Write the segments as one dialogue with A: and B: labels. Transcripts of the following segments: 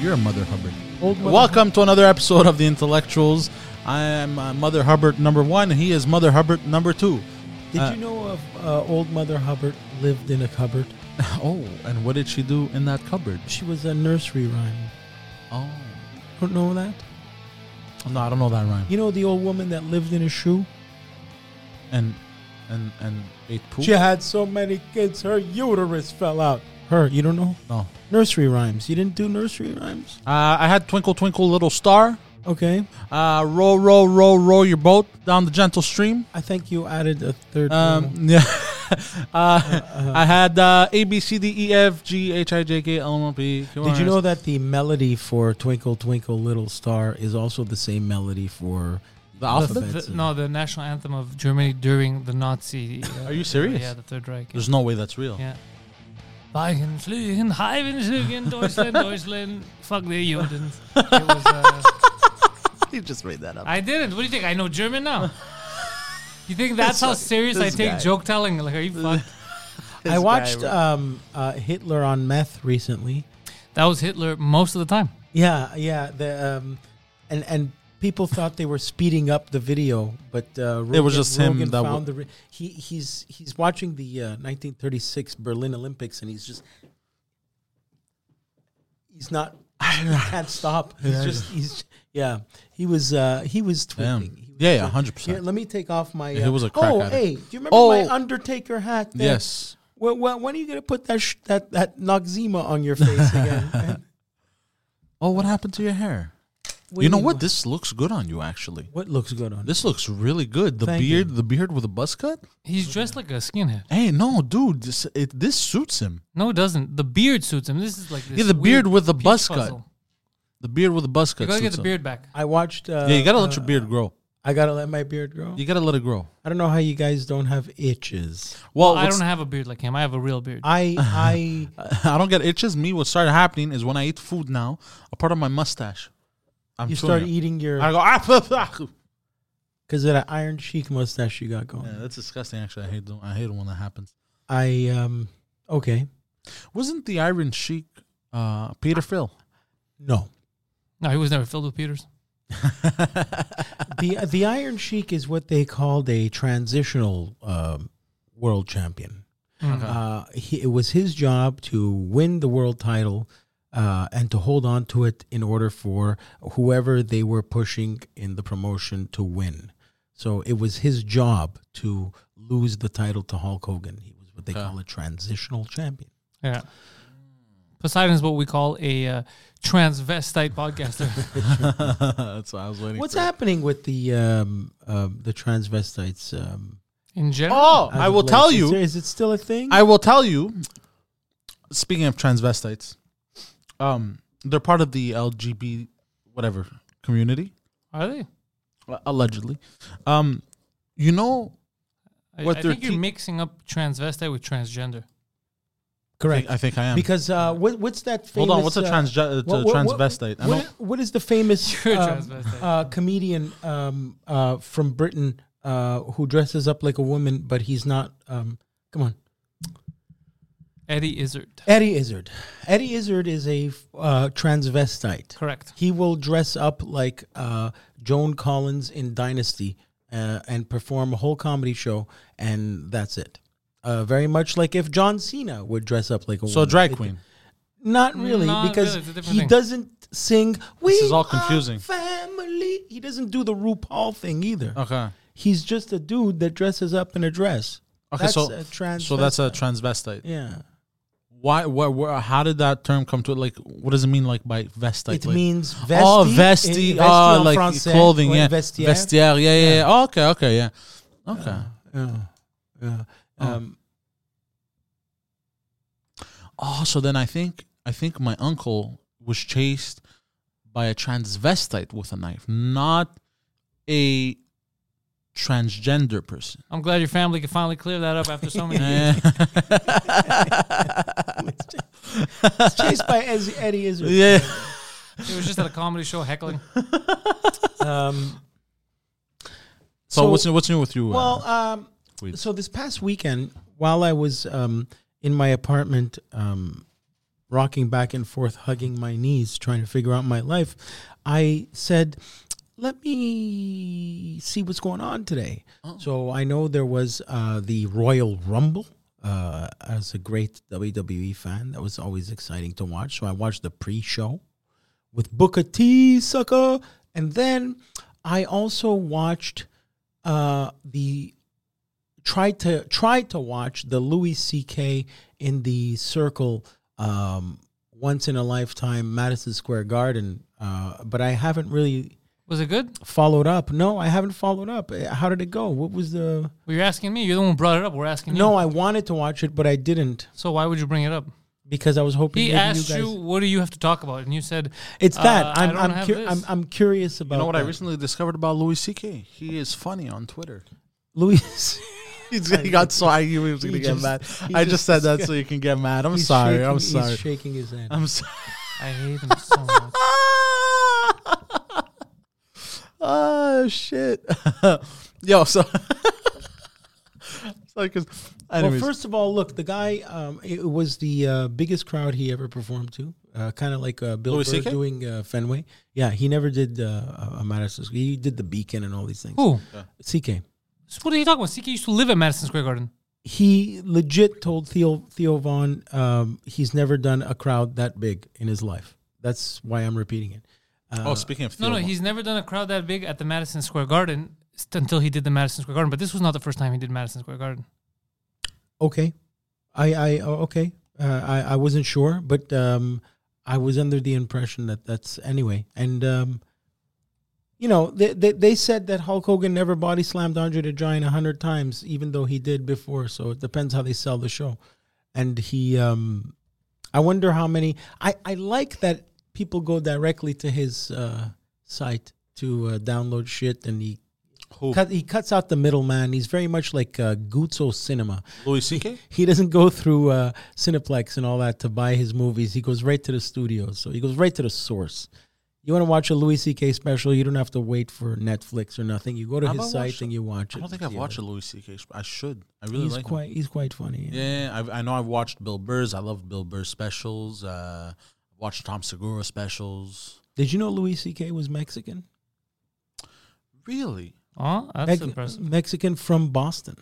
A: You're a Mother Hubbard. Welcome to another episode of The Intellectuals. I am uh, Mother Hubbard number one, and he is Mother Hubbard number two.
B: Did you know of uh, old Mother Hubbard lived in a cupboard?
A: Oh, and what did she do in that cupboard?
B: She was a nursery rhyme.
A: Oh.
B: Don't know that?
A: No, I don't know that rhyme.
B: You know the old woman that lived in a shoe?
A: And and and ate poop?
B: She had so many kids, her uterus fell out. Her, you don't know?
A: No.
B: Nursery rhymes. You didn't do nursery rhymes?
A: Uh, I had Twinkle Twinkle Little Star.
B: Okay.
A: Uh, row, row, row, row your boat down the gentle stream.
B: I think you added a third.
A: Um,
B: one.
A: yeah. uh, I had uh, A B C D E F G H I J K L M N O P Q R
B: Did you
A: S-
B: know that the melody for Twinkle Twinkle Little Star is also the same melody for
A: the
B: The-
A: alphabet?
B: That's
C: The,
B: it.
C: no, the national anthem of Germany during the Nazi. uh,
A: Are you serious?
C: Yeah, the Third Reich.
A: There's no way that's real.
C: yeah. Weichen, Flügen, Heimen, Flügen, Deutschland, Deutschland. Fuck the Juden. It was, uh,
A: You just made that up.
C: I didn't. What do you think? I know German now. You think that's how serious I
A: this
C: take
A: guy.
C: joke telling? Like, are you fucked?
B: I watched um, uh, Hitler on meth recently.
C: That was Hitler most of the time.
B: Yeah, yeah. The um, and and people thought they were speeding up the video, but uh, Rogan,
A: It was just him
B: Rogan
A: that w-
B: found the re- he he's he's watching the uh, 1936 Berlin Olympics, and he's just he's not he can't stop. He's just he's yeah. He was uh, he was
A: Damn.
B: tweeting. He was
A: Yeah, yeah,
B: twerking.
A: 100%.
B: Here, Let me take off my.
A: He
B: uh,
A: was a crack
B: oh,
A: addict.
B: hey, do you remember
A: Oh.
B: my Undertaker hat? there?
A: Yes.
B: Well, well, when are you gonna put that sh- that that Noxzema on your face again?
A: Oh, what happened to your hair?
B: What
A: you
B: do
A: know what?
B: mean?
A: This looks good on you, actually.
B: What looks good on
A: This looks really good. The
B: Thank
A: beard,
B: you.
A: the beard with a buzz cut.
C: He's dressed like a skinhead.
A: Hey, no, dude, this it, this suits him.
C: No, it doesn't. The beard suits him. This is like this
A: Yeah, the beard
C: weird
A: with the
C: peach
A: buzz cut.
C: puzzle.
A: The beard with a buzz cut.
C: You gotta get
A: suits
C: the
A: him.
C: beard back.
B: I watched. Uh,
A: yeah, you gotta let
B: uh,
A: your beard grow.
B: I gotta let my beard grow.
A: You gotta let it grow.
B: I don't know how you guys don't have itches.
A: Well,
C: I
A: Oh, what's-
C: don't have a beard like him. I have a real beard.
B: I I
A: I don't get itches. Me, what started happening is when I eat food now, a part of my mustache. I'm
B: you
A: chewing
B: start
A: it.
B: eating your
A: I go ah, pah, pah."
B: because of that iron cheek mustache you got going.
A: Yeah, that's disgusting. Actually, I hate them. I hate it when that happens.
B: I um okay
A: Wasn't the Iron Sheik uh, Peter Phil?
B: no
C: no, he was never filled with Peters.
B: the the iron sheik is what they called a transitional um, world champion.
A: Mm-hmm.
B: Uh, he, it was his job to win the world title uh, and to hold on to it in order for whoever they were pushing in the promotion to win. So it was his job to lose the title to Hulk Hogan. He was what they
A: Okay.
B: call a transitional champion.
C: Yeah. Poseidon is what we call a uh, transvestite podcaster.
A: that's what I was waiting.
B: What's
A: for.
B: happening with the um, um, the transvestites? Um,
C: In general,
A: Oh,
B: as
A: I
B: of
A: will
B: late?
A: tell
B: Is
A: you.
B: there- Is it still a thing?
A: I will tell you. Speaking of transvestites, um, they're part of the LGB whatever community, uh,
C: are they?
A: allegedly. Um, you know,
C: I,
A: What
C: I
A: they're
C: think you're
A: te-
C: mixing up transvestite with transgender.
B: Correct.
A: I think I am.
B: Because uh, what, what's that? Famous,
A: Hold on, what's a
B: uh,
A: transge- uh,
B: what-
A: t-
B: what-
A: transvestite? I
B: what-
A: don't-
B: what is the famous
C: You're a
B: um,
C: transvestite.
B: uh, comedian um, uh, from Britain uh, who dresses up like a woman, but he's not? Um, come on,
C: Eddie Izzard.
B: Eddie Izzard. Eddie Izzard is a uh, transvestite.
C: Correct.
B: He will dress up like uh, Joan Collins in Dynasty uh, and perform a whole comedy show, and that's it. Uh, very much like if John Cena would dress up like a
A: So
B: woman.
A: drag
B: It-
A: queen.
B: Not really,
C: Not
B: because
C: really, it's a different
B: he
C: thing.
B: doesn't sing. We
A: is all
B: are
A: confusing.
B: family. He doesn't do the RuPaul thing either.
A: Okay.
B: He's just a dude that dresses up in a dress.
A: Okay,
B: That's
A: so
B: a trans.
A: so that's a transvestite.
B: yeah.
A: Why? Why? why- how did that term come to it? Like, what does it mean? Like by vestite?
B: it
A: like,
B: means vesti.
A: oh,
B: in-
A: vesti,
B: vesti
A: oh,
B: en
A: like
B: français,
A: clothing,
B: or
A: yeah,
B: vestiaire.
A: vestiaire, yeah, yeah, yeah. Oh, okay, okay, yeah, okay.
B: Yeah, Oh, yeah. Um,
A: oh, so then I think I think my uncle was chased by a transvestite with a knife, not a transgender person.
C: I'm glad your family could finally clear that up after so many years.
A: Eh,
B: chased by Ez- Eddie Izzard.
A: yeah.
C: It was just at a comedy show heckling.
B: Um,
A: So, what's what's new with you? uh,
B: Well, um,
A: Wait.
B: so this past weekend, while I was um, in my apartment, um, rocking back and forth, hugging my knees, trying to figure out my life, I said, "Let me see what's going on today."
A: Oh.
B: So I know there was uh, the Royal Rumble. Uh, as a great WWE fan, that was always exciting to watch. So I watched the pre-show with Booker T, sucker, and then I also watched uh, the tried to tried to watch the Louis C.K. in the Circle um, once in a lifetime Madison Square Garden, uh, but I haven't really
C: Was it good?
B: followed up. No, I haven't followed up. Uh, How did it go? What was the?
C: Well, you're asking me. You're the one who brought it up. We're asking you.
B: No, I wanted to watch it, but I didn't
C: So why would you bring it up?
B: because I was hoping
C: He
B: maybe
C: asked
B: you,
C: you,
B: guys.
C: what do you have to talk about, and you said
B: It's
C: uh,
B: that
C: I
B: I'm
C: don't
B: I'm,
C: have
B: cur-
C: this.
B: I'm I'm curious about
A: you know what I
B: that.
A: recently discovered about Louis C.K. He is funny on Twitter.
B: Louis.
A: he got so I knew he was gonna
B: He
A: get
B: just-
A: mad.
B: he
A: I
B: just-
A: just said that so you can get mad. I'm
B: he's
A: sorry.
B: shaking-
A: I'm
B: he's
A: sorry.
B: shaking his head.
A: I'm sorry.
C: I hate him so much.
A: oh Ah! shit. Yo, so so cause anyways.
B: Well, first of all, look, the guy, um, it was the uh, biggest crowd he ever performed to. Uh, kind of like uh, Bill
A: Louis
B: Burr
A: CK?
B: doing uh, Fenway. Yeah, he never did uh, a a Madison Square. He did the Beacon and all these things.
C: Who?
B: CK.
C: So what are you talking about? CK used to live at Madison Square Garden.
B: He legit told Theo, Theo Vaughn um, he's never done a crowd that big in his life. That's why I'm repeating it. Uh,
A: oh, speaking of
C: No, no,
A: Theo-
C: he's never done a crowd that big at the Madison Square Garden st- until he did the Madison Square Garden. But this was not the first time he did Madison Square Garden.
B: Okay. I, I oh, okay. Uh, I, I wasn't sure, but um, I was under the impression that that's anyway. And um, you know, they, they they said that Hulk Hogan never body slammed Andre the Giant a hundred times, even though he did before. So it depends how they sell the show. And he, um, I wonder how many. I I like that people go directly to his uh, site to uh, download shit, and he
A: who?
B: cut, he cuts out the middleman. He's very much like uh, Guzzo Cinema
A: Louis C.K.
B: he doesn't go through uh, Cineplex and all that to buy his movies. He goes right to the studio. So he goes right to the source. You want to watch a Louis C.K. special? You don't have to wait for Netflix or nothing. You go to
A: Have I
B: his
A: watched
B: site
A: it?
B: and you watch it.
A: I don't think I've watched a Louis C.K. sp- I should. I really
B: He's
A: like him.
B: quite he's quite funny. yeah.
A: Yeah, I've, I know I've watched Bill Burr's. I love Bill Burr's specials. Uh, watched Tom Segura specials.
B: Did you know Louis C.K. was Mexican?
A: Really?
C: Oh, that's
B: Mex-
C: impressive.
B: Mexican from Boston,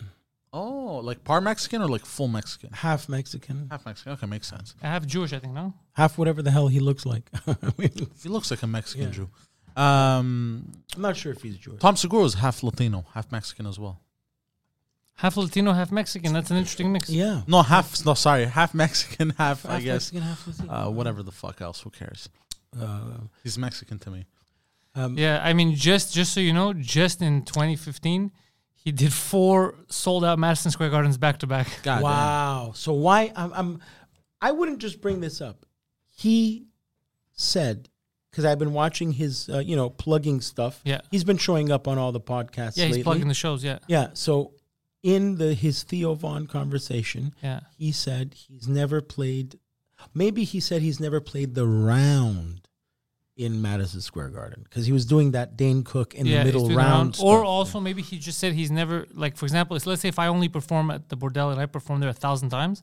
A: Oh, like par Mexican or like full Mexican?
B: half Mexican,
A: Half Mexican. Okay, makes sense.
C: I have Jewish, I think. No,
B: half whatever the hell he looks like. I mean,
A: He looks like a Mexican
B: Yeah.
A: Jew. Um,
B: I'm not sure if he's Jewish.
A: Tom Segura is half Latino, half Mexican as well.
C: half Latino, half Mexican. That's an interesting mix.
B: Yeah,
A: No, half. No, sorry, half Mexican, half, I
B: Half
A: guess.
B: Mexican, half Latino.
A: Uh, whatever the fuck else. Who cares?
B: Uh,
A: He's Mexican to me.
B: um,
C: Yeah, I mean, just just so you know, just in 2015, he did four sold out Madison Square Gardens back to back.
A: God
B: wow. So why I'm, I'm I wouldn't just bring this up. He said because I've been watching his uh, you know plugging stuff.
C: Yeah.
B: he's been showing up on all the podcasts.
C: Yeah,
B: lately.
C: he's plugging the shows. Yeah,
B: Yeah, so in the his Theo Vaughn conversation,
C: yeah.
B: he said he's never played. Maybe he said he's never played the round in Madison Square Garden because he was doing that Dane Cook in the
C: yeah, he's
B: middle
C: doing the
B: round, stuff.
C: or also maybe he just said he's never like for example it's- let's say if i only perform at the bordel and i perform there a thousand times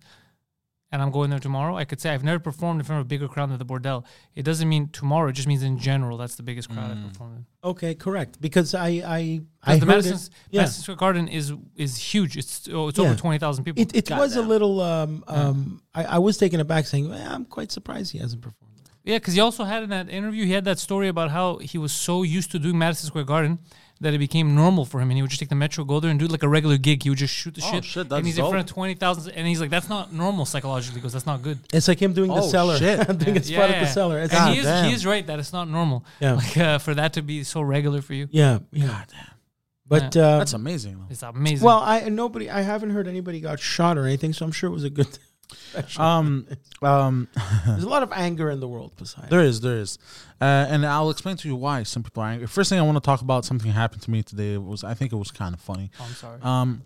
C: and i'm going there tomorrow i could say i've never performed in front of a bigger crowd than the bordel it doesn't mean tomorrow it just means in general that's the biggest crowd i performed in
B: okay, correct because I I Mm. I
C: Because the
B: heard it.
C: Madison,
B: Yeah.
C: Madison Square Garden is is huge. It's oh, it's
B: Yeah.
C: over twenty thousand people.
B: It, it was a little. Um, um, I, I was taken aback, saying, "Eh, "I'm quite surprised he hasn't performed."
C: yeah, because he also had in that interview, he had that story about how he was so used to doing Madison Square Garden that it became normal for him, and he would just take the metro, go there, and do like a regular gig. He would just shoot the
A: Oh,
C: shit,
A: shit, that's
C: and he's in
A: dope.
C: front of twenty thousand, and he's like, "That's not normal psychologically, because that's not good."
B: It's like him doing the
A: Oh,
B: cellar.
A: shit.
B: I'm doing a spot at the cellar. It's
C: and
B: like,
C: he is,
B: damn.
C: he is right that it's not normal.
B: Yeah.
C: Like uh, for that to be so regular for you,
B: yeah, yeah. But uh,
A: That's amazing. though.
C: it's amazing.
B: well, I nobody. I haven't heard anybody got shot or anything, so I'm sure it was a good.
A: Um, um,
B: There's a lot of anger in the world, Poseidon.
A: there is, there is, uh, and I'll explain to you why some people are angry. First thing I want to talk about something happened to me today. It was I think it was kind of funny.
C: Oh, I'm sorry.
A: Um,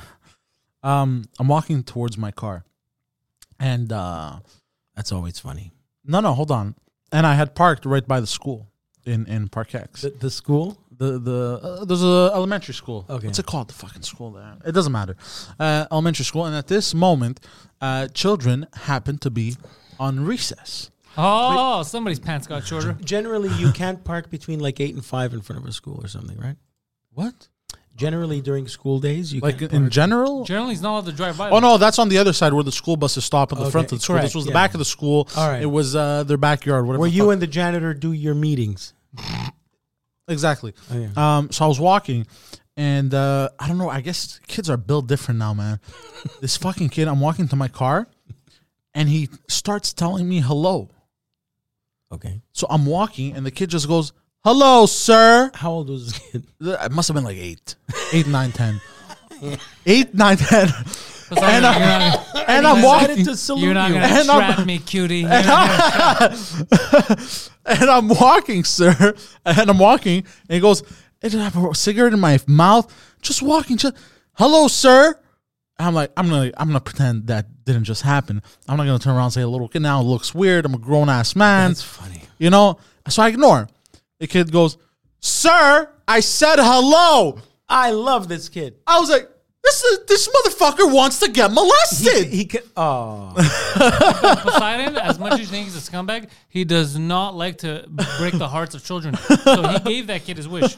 A: um, I'm walking towards my car, and uh,
B: That's always funny.
A: no, no, hold on. And I had parked right by the school in in Parkex.
B: The, the school.
A: the the uh, there's a elementary school.
B: Okay.
A: what's it called? The fucking school there. It doesn't matter. Uh, elementary school, and at this moment, uh, children happen to be on recess.
C: oh, somebody's pants got shorter.
B: Generally, you can't park between like eight and five in front of a school or something, right?
A: What?
B: Generally, during school days, you
A: Like
B: can't
A: in
B: park.
A: general?
C: Generally, he's not allowed to drive by.
A: Oh no, that's on the other side where the school buses stop at the
B: Okay,
A: front of the school.
B: correct,
A: this was
B: yeah.
A: the back of the school.
B: All right.
A: It was uh, their backyard. Whatever.
B: Where
A: the
B: you
A: fuck-
B: and the janitor do your meetings.
A: exactly?
B: Oh, yeah.
A: Um, so I was walking, and uh, I don't know. I guess kids are built different now, man. this fucking kid. I'm walking to my car, and he starts telling me hello.
B: Okay.
A: So I'm walking, and the kid just goes, "Hello, sir."
B: How old was this kid?
A: It must have been like eight, eight, nine, ten, eight, nine, ten. and,
C: Poseidon, you're
A: uh,
C: not-
A: And I'm
B: Decided
A: walking.
B: to salute
C: You're not
B: you.
C: gonna
A: And I'm-
C: trap me, cutie. You're not gonna-
A: and I'm walking, sir. And I'm walking, and he goes, and I have a cigarette in my mouth, just walking, just hello, sir. And I'm like, I'm gonna, I'm gonna pretend that didn't just happen. I'm not gonna turn around and say a little kid now looks weird. I'm a grown ass man.
B: That's funny.
A: You know? So I ignore. him. The kid goes, Sir, I said hello.
B: I love this kid.
A: I was like, this is, this motherfucker wants to get molested.
B: He could. Oh,
C: Poseidon, as much as you think he's a scumbag, he does not like to break the hearts of children. So he gave that kid his wish.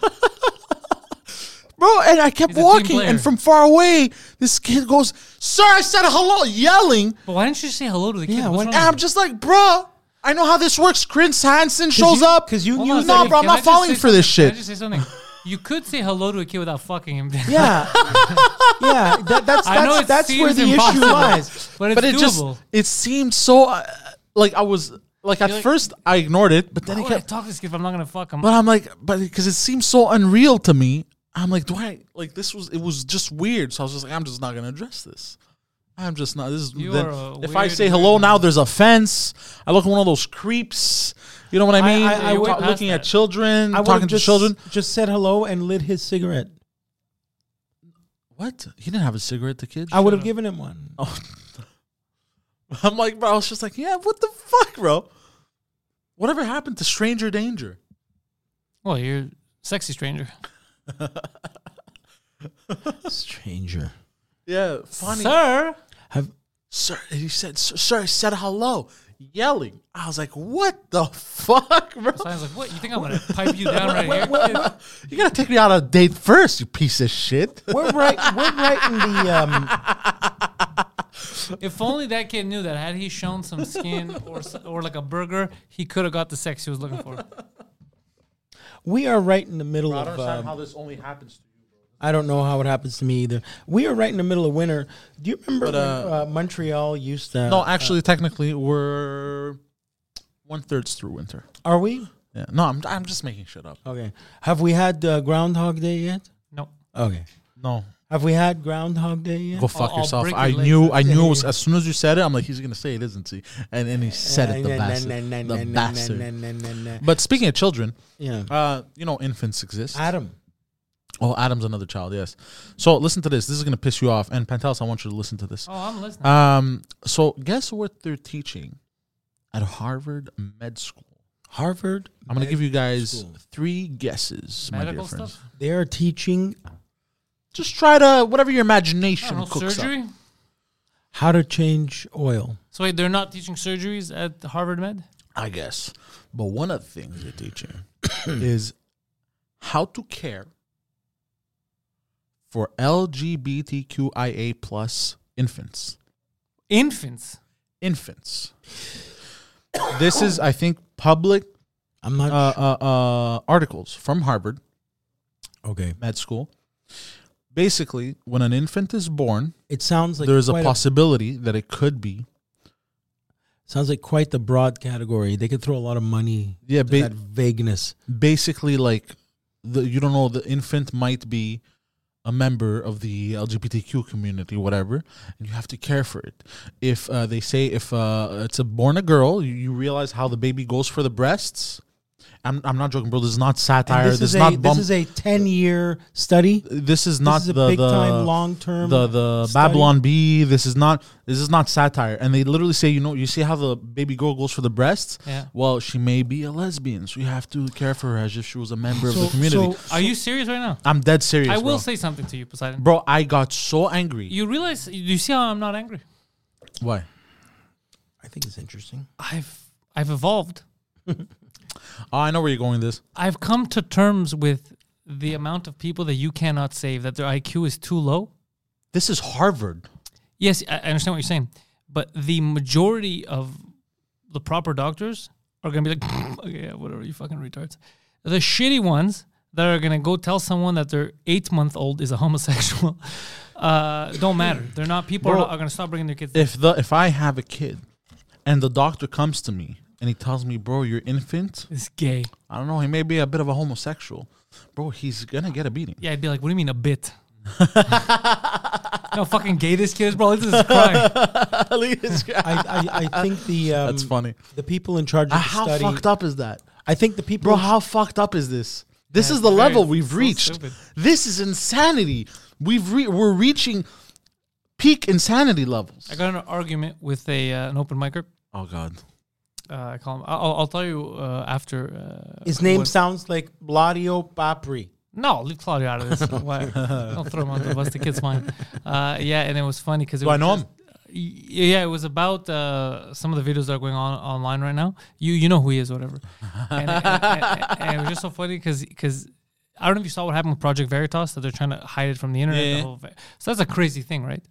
A: Bro, and I kept
C: He's a team
A: walking,
C: player.
A: and from far away, this kid goes, Sir, I said hello, yelling.
C: But why didn't you say hello to the kid?
B: Yeah, why not?
C: What's wrong
A: And I'm
C: with
A: just like, Bruh, I know how this works. Chris Hansen shows
B: you-
A: up.
B: 'cause you
C: you?
B: knew
C: Hold on a
A: No,
C: second.
A: bro, I'm
C: Can I
A: not
C: just
A: falling
C: say
A: for this
C: something? Can
A: shit.
C: I just say something? You could say hello to a kid without fucking him.
B: yeah, yeah. That, that's
C: I know
B: that's,
C: it
B: that's
C: seems
B: where the
C: impossible,
B: issue lies.
C: but it's
A: but it
C: doable.
A: just, it seemed so, uh, like, I was, like, at
C: You're like-
A: first, I ignored it, but then
C: Why
A: it
C: would I
A: kept,
C: talk to this kid if I'm not gonna fuck him?
A: but I'm like, but because it seems so unreal to me. I'm like, do I, like, this was, it was just weird. So I was just like, I'm just not going to address this. I'm just not. This is
C: You
A: then-
C: are a
A: if I
C: weird
A: say hello
C: weirdo.
A: now, there's a fence. I look at one of those creeps. You know what I
C: I-
A: mean?
C: I- I
A: You're
C: went
A: ta-
C: past
A: looking
C: that.
A: at children,
B: I would've
A: talking
B: just,
A: to children.
B: Just said hello and lit his cigarette.
A: What? He didn't have a cigarette. The kid.
B: I would have
C: up.
B: given him one.
A: I'm like, bro. I was just like, yeah. What the fuck, bro? Whatever happened to stranger danger?
C: Well, Oh, you're a sexy stranger.
B: Stranger.
A: Yeah, funny.
C: Sir,
B: Have
A: Sir, and he said, sir, sir, I said hello, yelling. I was like, what the fuck, bro?
C: so I was like, "What? You think I'm gonna pipe you down right here?"
A: You gotta take me out on a date first, you piece of shit.
B: we're right. We're right in the. Um,
C: If only that kid knew that had he shown some skin or s- or like a burger, he could have got the sex he was looking for.
B: we are right in the middle
A: I don't
B: of. Um,
A: understand how this only happens to you.
B: I don't know how it happens to me either. We are right in the middle of winter. Do you remember
A: But,
B: when,
A: uh,
B: uh, Montreal used to?
A: No, actually, technically, we're one thirds through winter.
B: are we?
A: Yeah. No, I'm I'm just making shit up.
B: Okay. Have we had uh, Groundhog Day yet?
C: No.
B: Okay.
A: No,
B: Have we had Groundhog Day yet?
A: go fuck
C: I'll
A: yourself.
C: break your
A: I
C: legs.
A: knew, I knew. It was, as soon as you said it, I'm like, he's gonna say it, isn't he? And and he said it, the
B: Nah, nah,
A: bastard,
B: nah, nah,
A: the
B: nah,
A: bastard.
B: nah, nah, nah, nah.
A: But speaking of children,
B: Yeah.
A: uh, you know, infants exist.
B: Adam.
A: Oh, Adam's another child. Yes. So listen to this. This is gonna piss you off. And Pantelis, I want you to listen to this.
C: Oh, I'm listening.
A: Um. So guess what they're teaching at Harvard Med School.
B: Harvard.
A: I'm gonna give you guys
B: School.
A: three guesses, my dear
C: Medical
A: friends.
C: stuff.
B: They are teaching
A: Just try to whatever your
C: I
A: imagination
C: don't know,
A: cooks
C: surgery.
A: up.
B: how to change oil.
C: So wait, they're not teaching surgeries at Harvard Med.
A: I guess. But one of the things they're teaching is how to care for LGBTQIA plus infants.
C: Infants.
A: Infants. this is, I think, public
B: I'm not.
A: uh, uh, uh, articles from Harvard
B: Okay.
A: med school. Basically, when an infant is born,
B: It sounds like
A: there's a
B: quite
A: possibility that it could be
B: sounds like quite the broad category. They could throw a lot of money.
A: yeah
B: to
A: ba-
B: that vagueness.
A: basically like the you don't know the infant might be a member of the LGBTQ community, whatever, and you have to care for it. If uh, they say if uh, it's a born a girl, you, you realize how the baby goes for the breasts. I'm I'm not joking, bro. This is not
B: And
A: satire.
B: this, is
A: not
B: a,
A: bum-
B: this is a ten year study.
A: this is not
B: this is a
A: the
B: big
A: the
B: time long term.
A: the the
B: study.
A: Babylon Bee. This is not this is not satire. And they literally say, you know, you see how the baby girl goes for the breasts.
C: Yeah.
A: Well, she may be a lesbian, so you have to care for her as if she was a member of the community.
B: so-
C: Are you serious right now?
A: I'm dead serious,
C: I
A: bro.
C: will say something to you, Poseidon.
A: bro, I got so angry.
C: You realize? Do you see how I'm not angry?
A: Why?
B: I think it's interesting.
C: I've I've evolved.
A: Oh, I know where you're going. With this.
C: I've come to terms with the amount of people that you cannot save. That their IQ is too low.
A: This is Harvard.
C: Yes, I I understand what you're saying, but the majority of the proper doctors are gonna be like, okay, yeah, whatever, you fucking retards. The shitty ones that are gonna go tell someone that their eight month old is a homosexual uh, don't matter. They're not. People are,
A: Bro.
C: not, are gonna stop bringing their kids.
A: If the if I have a kid, and the doctor comes to me and he tells me, bro, your infant,
C: it's gay.
A: I don't know, he may be a bit of a homosexual, bro, he's gonna get a beating.
C: Yeah, I'd be like, what do you mean a bit? no fucking gay this kid is, bro. This is a crime.
B: I, I, I think the um,
A: That's funny.
B: The people in charge of
A: Uh,
B: the
A: how
B: study.
A: fucked up is that,
B: I think the people.
A: bro? How fucked up is this? This
C: Yeah,
A: is the
C: it's very-
A: level we've
C: so
A: reached.
C: stupid.
A: This is insanity. We've re- we're reaching peak insanity levels.
C: I got in an argument with a uh, an open micer.
A: Oh god.
C: Uh, I call him. I'll, I'll tell you uh, after. Uh,
B: his name
C: what-
B: sounds like Bladio Papri.
C: No, leave Claudio out of this. Why? Don't throw him under the bus. The kid's fine. Uh, yeah, and it was funny because
A: Do I know him?
C: Yeah, it was about uh, some of the videos that are going on online right now. You you know who he is, whatever. And, and- and- and it was just so funny because I don't know if you saw what happened with Project Veritas that they're trying to hide it from the internet.
A: Yeah,
C: the
A: yeah.
C: whole ve- so that's a crazy thing, right?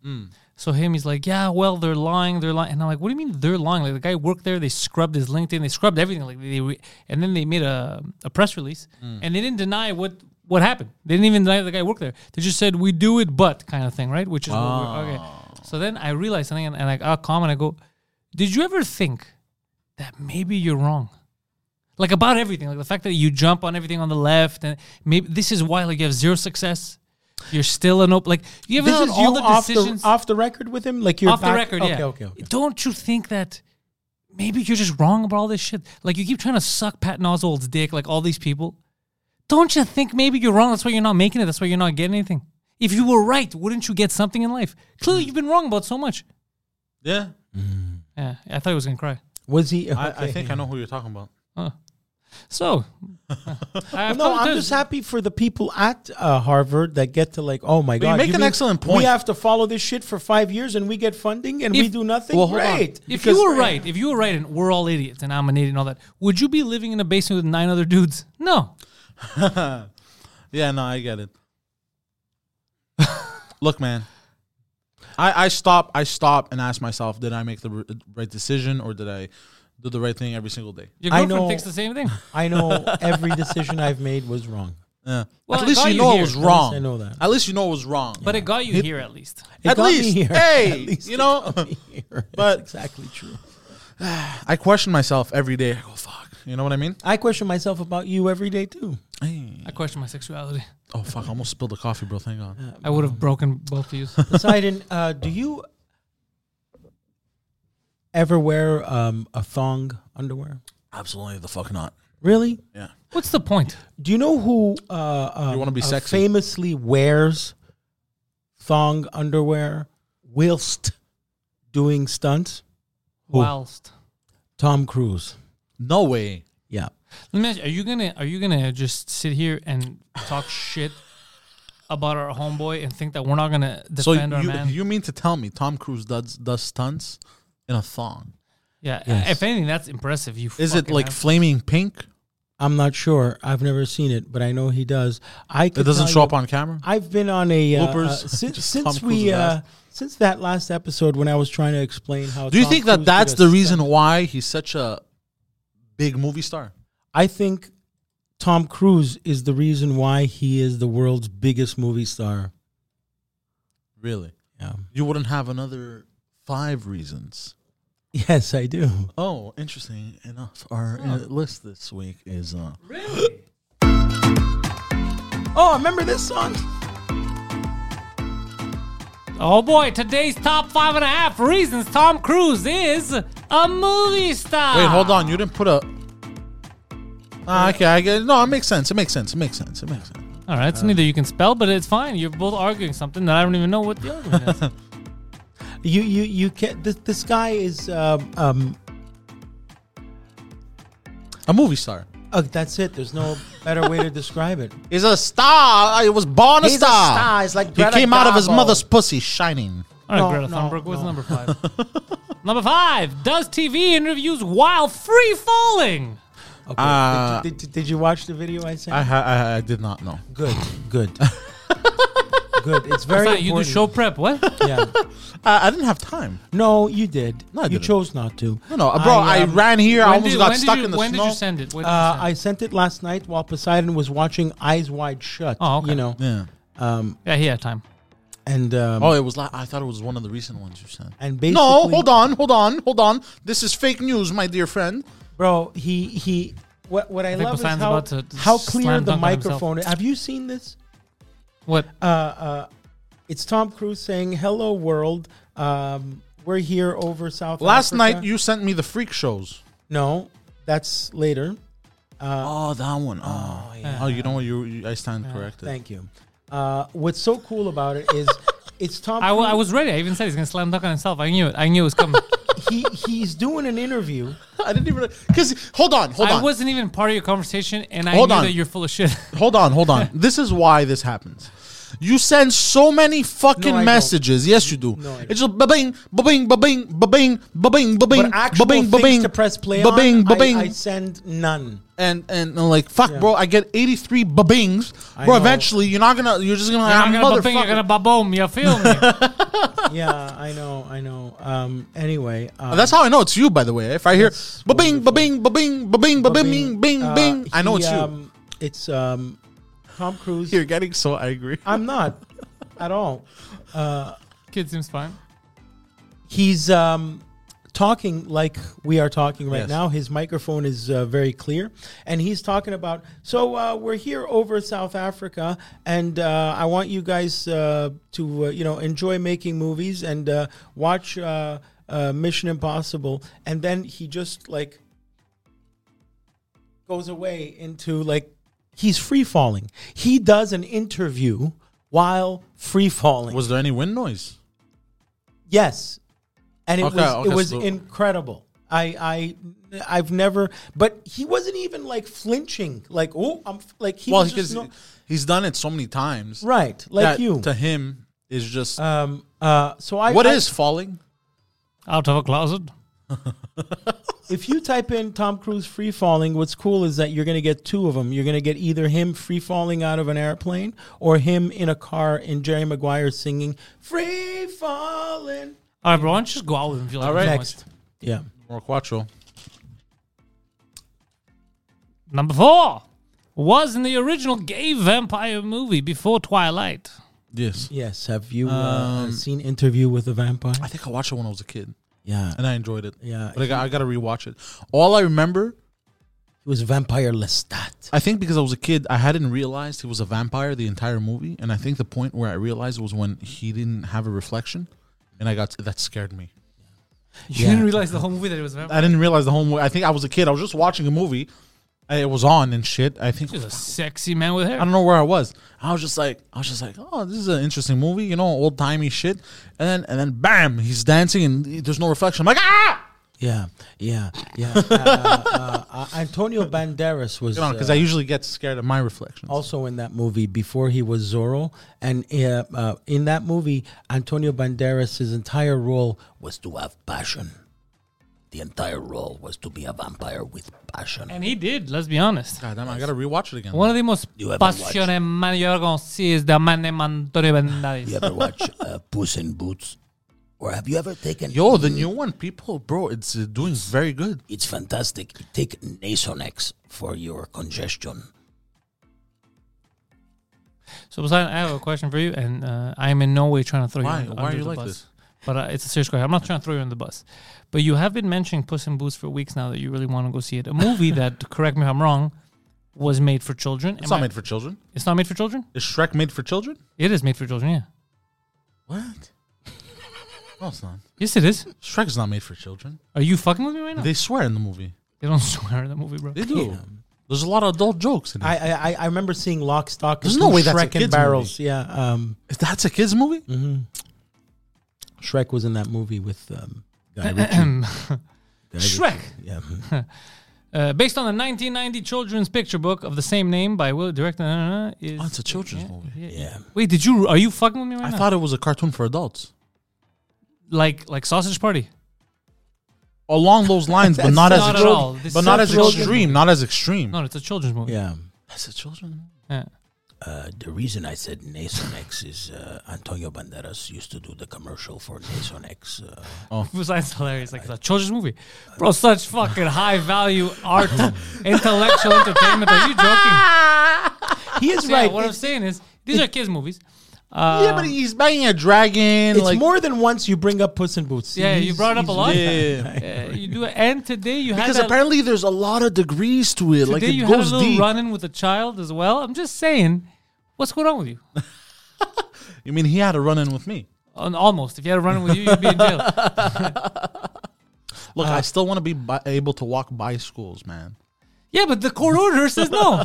C: So him, he's like, yeah, well, they're lying, they're lying, and I'm like, what do you mean they're lying? Like the guy worked there, they scrubbed his LinkedIn, they scrubbed everything, like they, re- and then they made a, a press release,
B: Mm.
C: and they didn't deny what what happened. They didn't even deny the guy worked there. They just said we do it, but kind of thing, right? Which is what we're, okay.
B: Oh.
C: So then I realized something, and, and I I'll comment, I go, did you ever think that maybe you're wrong? Like about everything, like the fact that you jump on everything on the left, and maybe this is why like you have zero success. You're still an open like you have
B: This is
C: all
B: you
C: the
B: off
C: decisions
B: the off the record with him, like you're
C: off the
B: back-
C: record.
B: Okay,
C: yeah.
B: okay, okay.
C: Don't you think that maybe you're just wrong about all this shit? Like you keep trying to suck Pat Oswald's dick, like all these people. Don't you think maybe you're wrong? That's why you're not making it. That's why you're not getting anything. If you were right, wouldn't you get something in life? Clearly, you've been wrong about so much.
A: Yeah,
C: Yeah, I thought he was gonna cry.
B: Was he?
A: I, I
B: okay.
A: think I know who you're talking about.
C: So, I
B: No, I'm
C: apologize.
B: just happy for the people at uh, Harvard that get to like, oh my
A: you
B: god,
A: make an
B: mean
A: excellent
B: We
A: point.
B: have to follow this shit for five years, and we get funding, and we
C: If-
B: do nothing.
A: Well, hold on.
B: Great.
C: If
B: Because-
C: you were right, if you were right, and we're all idiots, and I'm an idiot, and all that, would you be living in a basement with nine other dudes? No.
A: Yeah, no, I get it. Look, man, I I stop I stop and ask myself, did I make the r- right decision or did I do the right thing every single day?
C: Your
B: I
C: girlfriend
B: know-
C: thinks the same thing.
B: I know every decision I've made was wrong.
A: Yeah.
C: Well, it
A: At least
C: got
A: you
C: you
A: know
C: here.
A: it was
C: At
B: least I
A: wrong.
B: know that.
A: At least you know it was wrong.
C: But it got you here at least.
B: It
A: At
B: got me
A: least,
B: here.
A: hey,
B: At least
A: you
B: it
A: know.
B: got me here.
A: But-
B: That's exactly true.
A: I question myself every day. I go, fuck. You know what I mean?
B: I question myself about you every day too.
C: I question my sexuality.
A: Oh fuck! I almost spilled the coffee, bro. Thank God.
C: I would have broken both of you.
B: Poseidon, uh, do you ever wear um, a thong underwear?
A: Absolutely the fuck not.
B: Really?
A: Yeah.
C: What's the point?
B: Do you know who uh, um,
A: You wanna be
B: uh,
A: sexy.
B: famously wears thong underwear whilst doing stunts?
C: Whilst
B: Tom Cruise.
A: No way.
B: Yeah.
C: let me ask you, are you gonna are you gonna just sit here and talk shit about our homeboy and think that we're not gonna defend
A: So
C: our
A: you,
C: man?
A: you mean to tell me Tom Cruise does does stunts in a thong?
C: yeah.
B: Yes.
C: If anything, that's impressive. You
A: Is it
C: fucking
A: like
C: ass-
A: flaming pink?
B: I'm not sure. I've never seen it, but I know he does. I
A: It
B: could
A: doesn't
B: tell
A: show
B: you-
A: up on camera.
B: I've been on a uh,
A: Bloopers.
B: uh, since,
A: Just
B: since
A: Tom
B: we
A: Cruise's
B: uh,
A: ass.
B: since that last episode when I was trying to explain how.
A: Do you
B: Oh, Tom
A: think that
B: Cruise
A: that's
B: did a
A: the reason
B: stunt.
A: why he's such a big movie star?
B: I think Tom Cruise is the reason why he is the world's biggest movie star.
A: Really?
B: Yeah.
A: You wouldn't have another five reasons.
B: Yes, I do.
A: Oh, interesting enough. Our uh, list this week is uh,
C: Really?
B: Oh, remember this song?
C: Oh boy, today's top five and a half reasons Tom Cruise is a movie star.
A: Wait, hold on. You didn't put a. Ah, okay, I get. No, it makes sense. It makes sense. It makes sense. It makes sense.
C: All right,
A: Uh.
C: so neither you can spell, but it's fine. You're both arguing something that I don't even know what the other one is.
B: You you you can this this guy is um, um
A: A movie star.
B: uh, that's it. There's no better way to describe it.
A: He's a star. I was born a
B: He's a
A: star.
B: star. He's like
A: he
B: Greta
A: came out of his
B: Garbo.
A: mother's pussy, shining.
C: All right,
B: No,
C: Greta
B: no,
C: Thunberg, what's
B: no.
C: number five? number five, does TV interviews while free falling?
B: Okay.
A: Uh,
B: did, did, did you watch the video I sent?
A: I ha- I, I did not know.
B: good, good, good. It's very
C: Sorry, you do
B: important.
C: show prep. What?
B: Yeah.
A: Uh, I, I didn't have time.
B: No, you did.
A: No, I
B: you
A: didn't.
B: chose not to.
A: No, no, bro. I,
B: um,
A: ran here. I
C: When
A: almost
C: did-
A: got
C: when did
A: stuck
C: you-
A: in the
C: when
A: snow.
C: did you send it? When did you
B: Uh,
C: send
B: I
C: it?
B: sent it last night while Poseidon was watching Eyes Wide Shut.
C: Oh, okay.
B: You know,
A: yeah.
B: um,
C: yeah, he had time.
B: and um,
A: Oh, it was. La- I thought it was one of the recent ones you sent.
B: and basically,
A: No, hold on, hold on, hold on. This is fake news, my dear friend.
B: bro. He he. What what I,
C: think
B: love is
C: Poseidon's
B: how,
C: about to- to
B: how
C: slam
B: clear the
C: dunk on himself.
B: microphone. is. Have you seen this?
C: What?
B: Uh, uh, it's Tom Cruise saying, "Hello, world. Um, we're here over South."
A: Last
B: Africa."
A: night you sent me the freak shows.
B: No, that's later.
A: Oh, that one. Oh,
B: yeah.
A: Oh, you know what? You, you I stand corrected.
B: Thank you. Uh, what's so cool about it is it's Tom.
C: I, w- I
B: Cruise-
C: was ready. I even said he's gonna slam dunk on himself. I knew it. I knew it was coming.
B: he he's doing an interview.
A: I didn't even because hold on, hold
C: I
A: on,
C: wasn't even part of your conversation, and I
A: Hold
C: knew
A: on. Uh,
C: that you're full of shit.
A: hold on, hold on. this is why this happens. You send so many fucking
B: No, I don't.
A: messages. Yes, you do.
B: No, I don't.
A: it's just ba-bing, ba-bing, ba-bing, ba-bing, ba-bing, ba-bing,
B: But actual
A: ba-bing,
B: things
A: ba-bing,
B: to press play
A: ba-bing,
B: on,
A: ba-bing,
B: I, I send none.
A: and and I'm like fuck,
B: Yeah.
A: bro. I get 83 ba-bings,
B: I
A: bro.
B: know.
A: Eventually, you're not gonna. You're just gonna.
C: You're
A: I'm
C: not gonna ba-bing, you're
A: motherfucker.
C: gonna ba-boom. You feel me?
B: Yeah, I know, I know. Um, anyway, um,
A: That's how I know it's you, by the way. eh? If I hear
B: That's
A: ba-bing,
B: wonderful.
A: ba-bing, ba-bing, ba-bing, ba-bing, bing,
B: uh,
A: bing, I know
B: he,
A: it's you.
B: Um, it's um, Tom Cruise.
A: You're getting so angry.
B: I'm not at all. Uh,
C: Kid seems fine.
B: he's um, talking like we are talking right
A: Yes.
B: now. His microphone is uh, very clear, and he's talking about. So uh, we're here over South Africa, and uh, I want you guys uh, to uh, you know enjoy making movies and uh, watch uh, uh, Mission Impossible. And then he just like goes away into like he's free falling. He does an interview while free falling.
A: Was there any wind noise?
B: Yes, and it
A: Okay,
B: was
A: okay,
B: it was
A: so-
B: incredible. I I I've never, but he wasn't even like flinching. Like oh, I'm f- like he
A: well,
B: was just
A: because
B: no-
A: he's done it so many times.
B: right like
A: that
B: you.
A: To him, is just
B: Um. Uh. So I
A: what
B: I-
A: is falling?
C: Out of a closet.
B: if you type in Tom Cruise free falling? What's cool is that you're gonna get two of them. You're gonna get either him free falling out of an airplane or him in a car and Jerry Maguire singing free falling.
C: All right, bro. Why don't you just go out with him? if you like
A: All right.
C: so much.
B: Next, yeah.
A: More quattro.
C: Number four was in the original gay vampire movie before Twilight.
A: Yes.
B: Yes. Have you uh, seen Interview with a Vampire?
A: Um, I think I watched it when I was a kid,
B: Yeah.
A: and I enjoyed it.
B: Yeah,
A: but I got, I got to rewatch it. All I remember,
B: He was Vampire Lestat.
A: I think, because I was a kid, I hadn't realized he was a vampire the entire movie, and I think the point where I realized was when he didn't have a reflection, and I got that scared me.
C: You
B: Yeah.
C: didn't realize the whole movie that it was a vampire.
A: I didn't realize the whole movie. I think I was a kid. I was just watching a movie. and It was on and shit. I think
C: He was a sexy man with hair.
A: I don't know where I was. I was just like, I was just like, oh, this is an interesting movie, you know, old timey shit. And then, and then, bam, he's dancing, and there's no reflection. I'm like, ah,
B: Yeah, yeah, yeah. Uh, uh, uh, Antonio Banderas was
A: you know, because
B: uh,
A: I usually get scared of my reflections.
B: also in that movie before he was Zorro, and uh, uh, in that movie, Antonio Banderas' his entire role was to have passion. The entire role was to be a vampire with passion.
C: and he did. Let's be honest.
A: God damn, I gotta rewatch it again.
C: One of the most
B: You haven't watched.
C: passionate man you're gonna see is the man named Antonio Banderas.
D: You ever watch uh, Puss in Boots? Or have you ever taken?
A: Yo, the new one, people, bro, it's uh, doing very good.
D: It's fantastic. Take Nasonex for your congestion.
C: So Poseidon, I have a question for you, and uh, I am in no way trying to throw
A: Why?
C: you under
A: Why are
C: under
A: you
C: the
A: like
C: bus.
A: this?
C: But uh, it's a serious question. I'm not trying to throw you on the bus, but you have been mentioning Puss in Boots for weeks now that you really want to go see it. A movie that, correct me if I'm wrong, was made for children.
A: It's
C: Am
A: not
C: I-
A: made for children.
C: it's not made for children.
A: Is Shrek made for children?
C: It is made for children. Yeah.
A: What? No, it's not.
C: Yes, it is.
A: Shrek's not made for children.
C: Are you fucking with me right now? They,
A: They swear in the movie.
C: don't swear in the movie, bro.
A: They do. There's a lot of adult jokes in it.
B: I, I I- I remember seeing Lock, Stock, and
A: There's no
B: Two,
A: way
B: Shrek
A: that's a
B: and
A: kids'
B: Barrels. Yeah, um, mm-hmm.
A: That's a kids movie.
B: Shrek was in that movie with um, Guy Ritchie. Guy Ritchie.
C: Shrek.
B: Yeah. mm-hmm.
C: Uh, based on the 1990 children's picture book of the same name by Will director. Uh, is
A: Oh, it's a children's movie.
B: Yeah.
C: Wait, did you? Are you fucking with me right
A: I
C: now?
A: thought it was a cartoon for adults.
C: like like Sausage Party.
A: Along those lines, but not as
C: Not at
A: extreme.
C: all. This
A: But
C: is
A: not
C: a
A: as
C: children's
A: extreme. Not as extreme.
C: No, it's a children's movie.
B: Yeah.
A: That's a children's movie.
C: Yeah.
D: Uh, the reason I said Nasonex is uh, Antonio Banderas used to do the commercial for Nasonex. Uh,
A: Oh.
C: Besides hilarious, like it's a children's movie, bro. Such fucking high value art, intellectual entertainment. Are you joking?
E: Ah!
B: He is
C: So, yeah,
B: right.
C: what I'm
B: It-
C: saying is these are kids movies.
A: yeah, but he's banging a dragon.
B: it's
A: like,
B: more than once you bring up Puss in Boots.
C: Yeah, you
B: He's-
C: brought it up a
B: he's-
C: lot.
A: Yeah.
C: Uh, you do it, and today you
A: because
C: had that,
A: apparently there's a lot of degrees to it. like
C: today
A: it
C: you had a
A: goes
C: little
A: deep.
C: run in with a child as well. I'm just saying, what's going on with you?
A: You mean he had a run in with me?
C: An- Almost, if you had a run in with you, you'd be in jail.
A: Look,
C: Uh,
A: I still want to be bi- able to walk by schools, man.
C: Yeah, but the court order says no.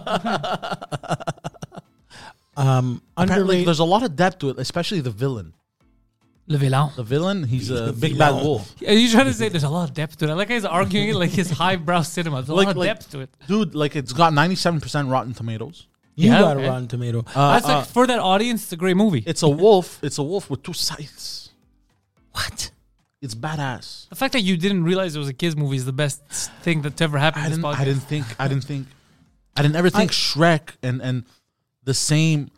B: Um,
A: Apparently,
B: underrated.
A: there's a lot of depth to it, especially the villain.
C: Le vilain.
A: The villain, he's a
B: The
A: big bad
B: villain.
A: wolf.
C: Are you trying to say there's a lot of depth to it? I Like he's arguing it like his highbrow cinema. There's a
A: Like-
C: lot of
A: like-
C: depth to it.
A: Dude, like it's got 97% Rotten Tomatoes.
B: You
C: Yeah,
B: got
C: okay.
B: a Rotten Tomato.
A: Uh,
C: That's like for that audience, it's a great movie.
A: It's a wolf. It's a wolf with two sides.
B: what?
A: It's badass.
C: the fact that you didn't realize it was a kids movie is the best thing that's ever happened.
A: I
C: in this
A: didn't.
C: podcast.
A: I didn't think. I didn't think. I didn't ever think Shrek and and the same.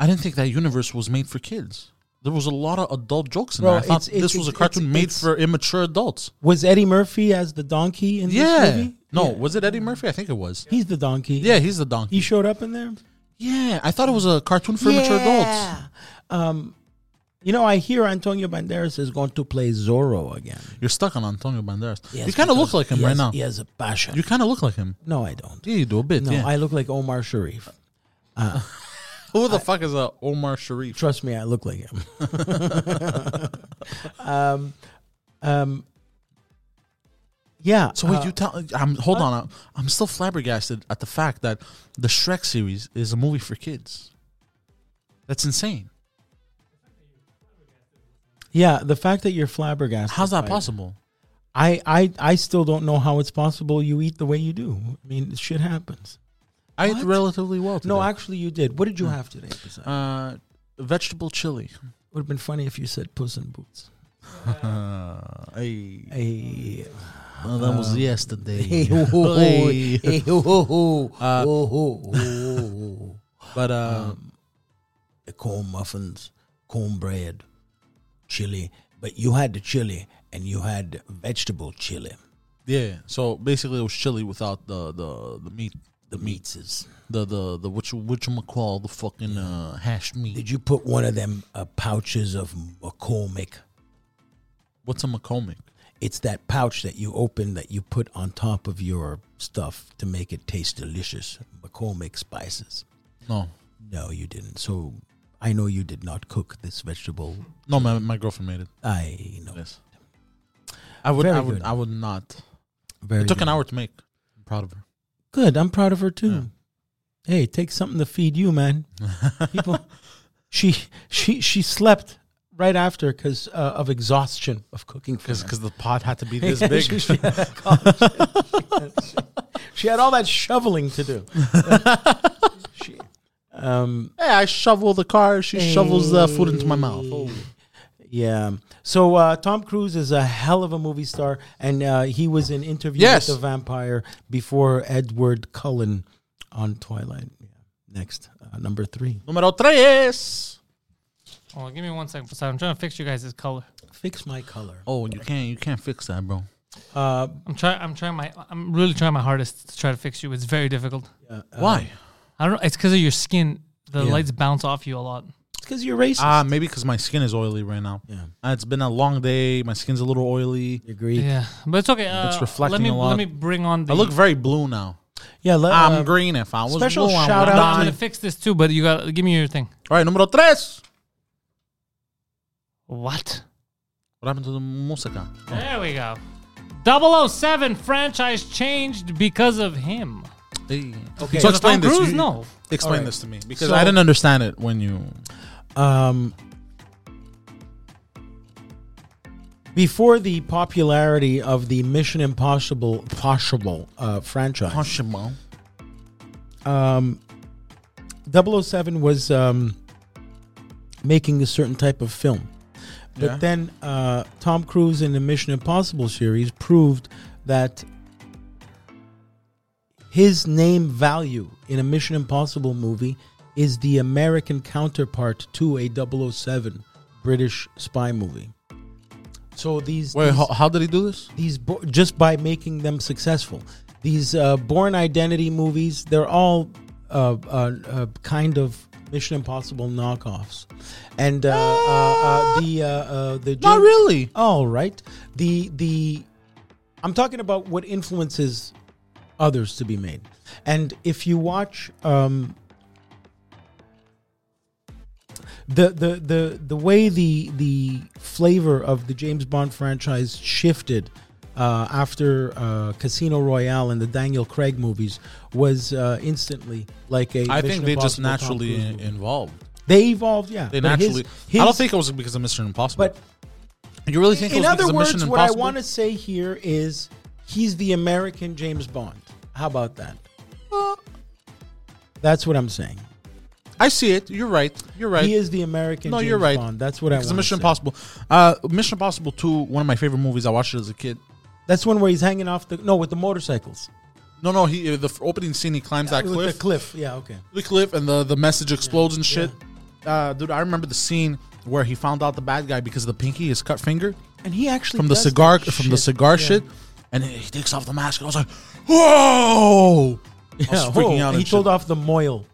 A: I didn't think that universe was made for kids. There was a lot of adult jokes in
B: Bro,
A: there. I thought
B: it's- it's-
A: this was a
B: it's-
A: cartoon
B: it's-
A: made
B: it's-
A: for immature adults.
B: Was Eddie Murphy as the donkey in this
A: Yeah.
B: movie?
A: No, was it Eddie Murphy? I think it was.
B: He's the donkey.
A: Yeah, he's the donkey.
B: He showed up in there.
A: Yeah, I thought it was a cartoon for immature adults.
B: Um, you know, I hear Antonio Banderas is going to play Zorro again.
A: You're stuck on Antonio Banderas.
D: yes,
A: you kind of look
D: because
A: like him
D: he
A: right
D: has-
A: now.
D: He has a passion.
A: You kind of look like him.
B: No, I don't.
A: Yeah, you do a bit.
B: No,
A: yeah.
B: I look like Omar Sharif.
A: Who the fuck is a Omar Sharif?
B: Trust me, I look like him. um, um, yeah.
A: So wait,
B: uh,
A: you tell? I'm hold on. I'm, I'm still flabbergasted at the fact that the Shrek series is a movie for kids. That's insane.
B: yeah, the fact that you're flabbergasted.
A: How's that
B: by-
A: possible?
B: I, I, I still don't know how it's possible you eat the way you do. I mean, shit happens.
A: I ate relatively well. Today.
B: No, actually, you did. What did you have today? Poseidon?
A: uh, vegetable chili.
B: would have been funny if you said Puss in Boots.
A: Hey,
B: Hey, um,
A: well, Oh, that was yesterday.
D: Hey.
A: Hey.
D: ho, ho, ho,
A: Uh,
D: ho, ho, ho, ho.
A: But uh,
B: Um,
D: The corn muffins, cornbread, chili. But you had the chili and you had vegetable chili.
A: yeah, so basically it was chili without the the, the meat, the meats is the the the which which call the fucking uh, hashed meat.
D: Did you put one of them uh, pouches of uh, McCormick?
A: What's a McCormick?
D: It's that pouch that you open that you put on top of your stuff to make it taste delicious. McCormick spices.
A: No,
D: No, you didn't. So I know you did not cook this vegetable.
A: no, my my girlfriend made it.
D: I know.
A: Yes. I would,
B: Very
A: I would,
B: good.
A: I would not.
B: very
A: it took an
B: good.
A: hour to make. I'm proud of her.
B: Good. I'm proud of her too. Hey, take something to feed you, man. People, she she she slept right after because uh, of exhaustion of cooking. for them.
A: the pot had to be
B: Yeah, she, she- she had all that shoveling to do. she, um,
A: hey, I shovel the car. She shovels the food into my mouth. Oh,
B: yeah. So uh, Tom Cruise is a hell of a movie star, and uh, he was in Interview
A: Yes.
B: with the Vampire before Edward Cullen on Twilight. Yeah. Next, uh, number three.
A: Numero tres.
C: Hold on, give me one second for I'm trying to fix you guys' this color.
B: Fix my color.
A: Oh, you can't, you can't fix that, bro.
B: Uh,
C: I'm trying. I'm trying my.
B: uh,
C: I'm really trying my hardest to try to fix you. It's very difficult.
A: Why?
C: I don't. know. It's because of your skin the
B: Yeah.
C: lights bounce off you a lot.
B: because you're racist.
A: Ah, maybe because my skin is oily right now.
B: Yeah.
A: Uh, it's been a long day. My skin's a little oily.
B: you agree?
C: Yeah, but it's okay. Uh, let
A: reflecting
C: me,
A: a lot.
C: Let me bring on the.
A: I look very blue now.
B: Yeah, let,
A: I'm green. If I was
B: Uh, special
A: blue, I
B: shout
A: would
B: out
C: I'm
A: die.
C: gonna fix this too, but you got to give me your thing.
A: All right, numero tres.
C: What?
A: What happened to the música?
C: There we go. 007 franchise changed because of him.
A: Oh, Hey.
B: Okay.
A: So
B: Tom
A: explain this.
C: Cruise?
A: You-
C: No.
A: Explain
B: Alright.
A: this to me because
B: So-
A: I didn't understand it when you.
B: um, before the popularity of the Mission Impossible possible uh, franchise,
A: Possible.
B: um, 007 was um, making a certain type of film. But
A: Yeah.
B: then uh, Tom Cruise in the Mission Impossible series proved that his name value in a Mission Impossible movie is the American counterpart to a 007 British spy movie. So these
A: Wait,
B: these-
A: how, how did he do this?
B: these bo- just by making them successful. These uh, Born Identity movies, they're all uh, uh, uh, kind of Mission Impossible knockoffs, and uh, uh, uh, the uh, uh, the
A: Not
B: Jim-
A: really.
B: All right, the the I'm talking about what influences others to be made, and if you watch. Um, the, the, the, the way the the flavor of the James Bond franchise shifted uh, after uh, Casino Royale and the Daniel Craig movies was uh, instantly like a.
A: I
B: Mission
A: think they just
B: Impossible Tom
A: naturally
B: Cruise movie.
A: involved.
B: they evolved, yeah.
A: They
B: but his-
A: naturally.
B: his-
A: I don't think it was because of Mission Impossible.
B: But
A: you really think it
B: in
A: was because
B: other
A: of
B: words,
A: Mission
B: what I
A: Impossible?
B: want to say here is he's the American James Bond. How about that? That's what I'm saying.
A: I see it. You're right. You're right.
B: He is the American
A: No,
B: James
A: you're right.
B: Bond. That's what I
A: Because
B: want.
A: Mission Impossible. Uh, Mission Impossible 2, one of my favorite movies. I watched it as a kid.
B: That's one where he's hanging off the no with the motorcycles.
A: No, no, he the f- opening scene, he climbs that
B: With
A: cliff.
B: The cliff. Yeah, okay.
A: the cliff and the, the message explodes and shit. Uh, dude, I remember the scene where he found out the bad guy because of the pinky, his cut finger
B: And he actually
A: from the
B: does
A: cigar
B: that
A: from the
B: shit.
A: cigar
B: Yeah.
A: shit, and he takes off the mask. I was like, whoa! I was
B: Yeah,
A: freaking
B: whoa,
A: out.
B: He
A: and
B: told
A: shit.
B: off the moil.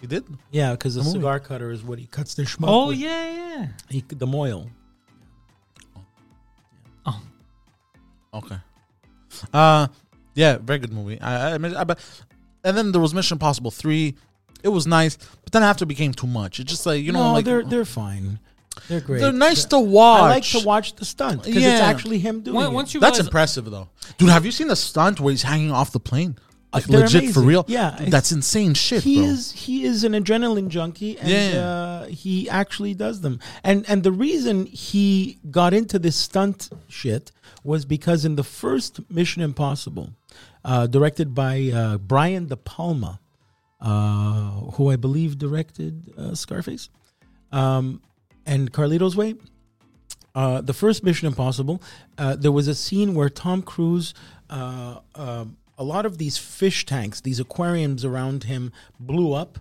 A: He did.
B: Yeah, because the
A: movie.
B: cigar cutter is what he cuts their schmuck.
C: Oh
B: with.
C: yeah, yeah.
B: He, the moil.
A: Okay. Uh, yeah, very good movie. I, I, admit- I but, and then there was Mission Impossible three. It was nice, but then after it became too much. It's just like you know,
B: no,
A: like uh,
B: they're they're fine. They're great.
A: they're nice to
B: I
A: watch.
B: like to watch the stunt because
A: Yeah.
B: it's actually him doing
C: Once-
B: it.
C: Once you
A: That's
C: guys-
A: impressive though, dude. Have you seen the stunt where he's hanging off the plane? Like
B: Uh, They're
A: legit for
B: amazing.
A: real?
B: Yeah,
A: Dude, that's insane shit,
B: he
A: bro.
B: is he is an adrenaline junkie and
A: Yeah.
B: uh, he actually does them and and the reason he got into this stunt shit was because in the first mission impossible uh, directed by uh, brian de palma uh, who i believe directed uh, scarface um, and carlito's way uh, the first Mission Impossible, uh, there was a scene where Tom Cruise, uh, um a lot of these fish tanks, these aquariums around him, blew up,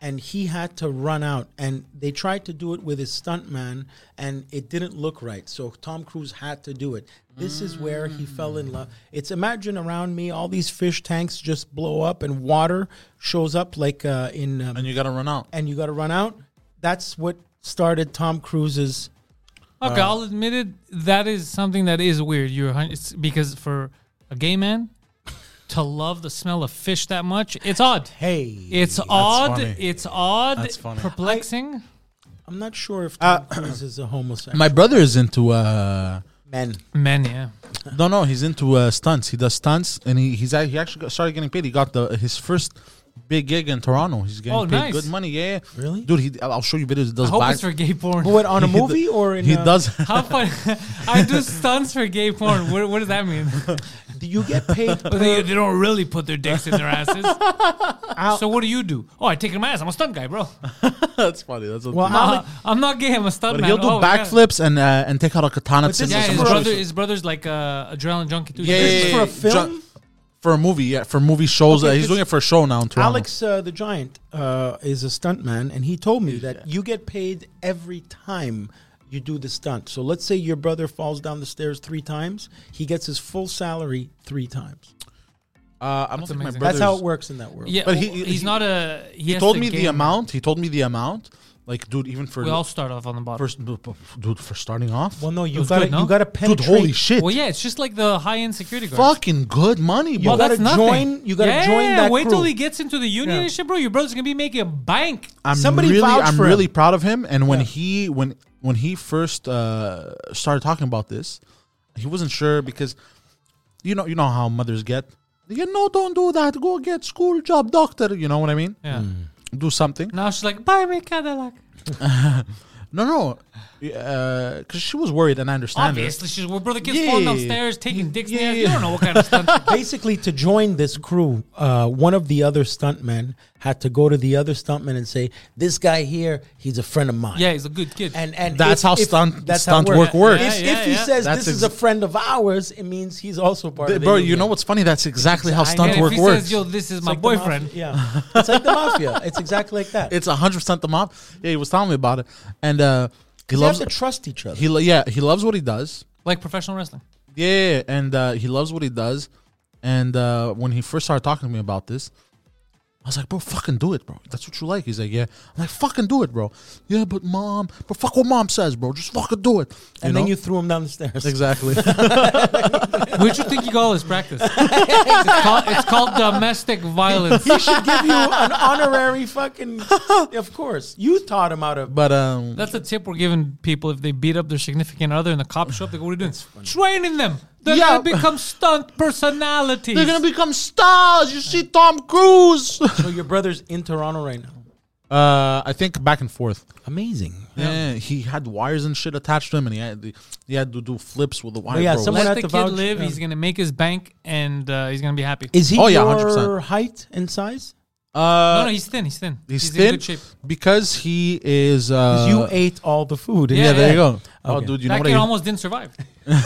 B: and he had to run out. And they tried to do it with his stuntman, and it didn't look right. So Tom Cruise had to do it. This is where he fell in love. It's imagine around me, all these fish tanks just blow up, and water shows up like uh, in um,
A: and you gotta run out.
B: and you got to run out. That's what started Tom Cruise's.
C: Okay, I'll admit it. That is something that is weird. You're hun- it's because for a gay man to love the smell of fish that much, it's odd.
B: Hey,
C: It's odd.
A: funny.
C: It's odd.
A: That's funny.
C: Perplexing.
B: I'm not sure if Tom
A: Uh,
B: Cruise is a homosexual.
A: My brother is into uh,
B: Men.
C: Men, yeah.
A: no, no, he's into uh, stunts. He does stunts, and he he's act- he actually got, started getting paid. He got the his first big gig in Toronto. He's getting
C: Oh,
A: paid
C: nice.
A: good money. Yeah, yeah.
B: Really?
A: dude. He, I'll I'll show you videos. He
C: I
A: does
C: hope
A: back-
C: it's for uh, gay porn.
B: But what, on a
A: He d-
B: movie or in
A: he
B: a-
A: does.
C: How fun! I do stunts for gay porn. What, what does that mean?
B: Do you get paid?
C: But they, they don't really put their dicks in their asses. so what do you do? Oh, I take it in my ass. I'm a stunt guy, bro.
A: that's funny. That's a
B: well,
A: well,
B: I'll-
C: Uh, I'm not gay. I'm a stunt
A: but
C: man.
A: he'll do
C: Oh, yeah.
A: backflips and uh, and take out a katana.
B: this
A: tsin
C: Yeah,
A: or
B: is
A: some
C: his
B: for-
A: shit.
C: brother. His brother's like a adrenaline junkie too.
A: Yeah,
C: He's
A: yeah,
C: like-
B: is for
A: yeah,
B: a film?
A: Ju- for a movie, yeah, for movie shows.
B: Okay,
A: uh, he's doing it
B: 'cause
A: for a show now in Toronto.
B: Alex uh, the Giant uh, is a stuntman, and he told me that you get paid every time you do the stunt. So let's say your brother falls down the stairs three times, he gets his full salary three times.
A: Uh, I don't think my
C: amazing.
A: brother's.
B: That's how it works in that world.
C: Yeah,
A: But
C: but
A: he-
C: he's
A: he-
C: not a. He,
A: He
C: has
A: told
C: to
A: me the
C: game.
A: amount. He told me the amount. Like, dude, even for
C: We all start off on the bottom.
A: for b- b- dude for starting off.
B: Well, no, you
C: was
B: got to
C: good, no?
B: you got to
A: dude,
B: penetrate.
A: holy shit!
C: Well, yeah, it's just like the high-end security guards.
A: Fucking good money, bro.
B: You
C: Well,
B: gotta
C: that's nothing.
B: join- you gotta
C: yeah,
B: join that
C: Wait
B: crew.
C: till he gets into the union
B: Yeah.
C: and shit, bro. Your brother's gonna be making a bank.
A: I'm
B: Somebody
A: really,
B: vouch
A: I'm
B: for him.
A: really proud of him. And when he when when he first uh, started talking about this, he wasn't sure because you know you know how mothers get. They get no, don't do that. Go get school job, doctor. You know what I mean?
C: Yeah.
A: Do something.
C: Mm. Now she's like, buy me a Cadillac.
A: No, no, because she was worried, and I understand. her.
C: Obviously, she's well, brother kid's
A: Yeah.
C: falling downstairs, taking dicks.
A: Yeah,
C: Yeah,
A: yeah.
C: You don't know what kind of stunt.
B: Basically, to join this crew, uh, one of the other stuntmen had to go to the other stuntman and say, "This guy here, he's a friend of mine."
C: yeah, he's a good kid.
B: and and
A: That's
B: if-
A: how
B: if-
A: stunt
B: that's how
A: stunt
B: it
A: work
C: Yeah,
A: works.
C: yeah,
B: If, if he
C: yeah.
B: says
A: That's
B: this is a
A: ex-
B: friend of ours, it means he's also part of the
A: Bro, you
B: union.
A: know what's funny? That's exactly how
B: I
A: stunt
C: and if
A: work
C: he
A: works.
C: says, "Yo, this is
B: It's
C: my
B: like the
C: boyfriend,"
B: mafia. Yeah, it's like the mafia. It's exactly like that.
A: it's hundred percent the mob. Yeah, he was telling me about it, and uh, he
B: you
A: loves.
B: have to trust each other.
A: He lo- yeah, he loves what he does.
C: like professional wrestling.
A: Yeah, and uh, he loves what he does. And uh, when he first started talking to me about this, I was like, bro, fucking do it, bro. That's what you like. He's like, yeah. I'm like, fucking do it, bro. Yeah, but mom, but fuck what mom says, bro. Just fucking do it.
B: and
A: know?
B: then you threw him down the stairs.
A: exactly.
C: Where'd you think you got all this practice? it's, called, it's called domestic violence.
B: He should give you an honorary fucking. Of course, you taught him how to.
A: but um,
C: That's a tip we're giving people if they beat up their significant other and the cops show up. They go, "What are you doing? Training them. They're
A: Yeah.
C: gonna become stunt personalities."
A: they're gonna become stars. You see Tom Cruise. uh,
B: So your brother's in Toronto right now.
A: I think back and forth.
B: Amazing.
A: Yeah, he had wires and shit attached to him, and he had he had to do flips with the wire.
B: yeah,
A: bro.
B: someone-
C: Let
B: Someone
C: the
B: had
C: kid
B: to vouch-
C: live.
B: yeah.
C: He's gonna make his bank, and uh, he's gonna be happy.
B: Is he
A: Oh, yeah,
B: your
A: 100%.
B: height and size?
A: uh,
C: no, no, he's thin. He's thin.
A: he's,
C: in
A: thin
C: good shape.
A: because he is. Uh,
B: you ate all the food.
A: yeah,
C: Yeah,
A: there you go. Oh,
B: Okay.
A: dude, you know
C: that
A: what
C: kid
A: I
C: almost didn't survive.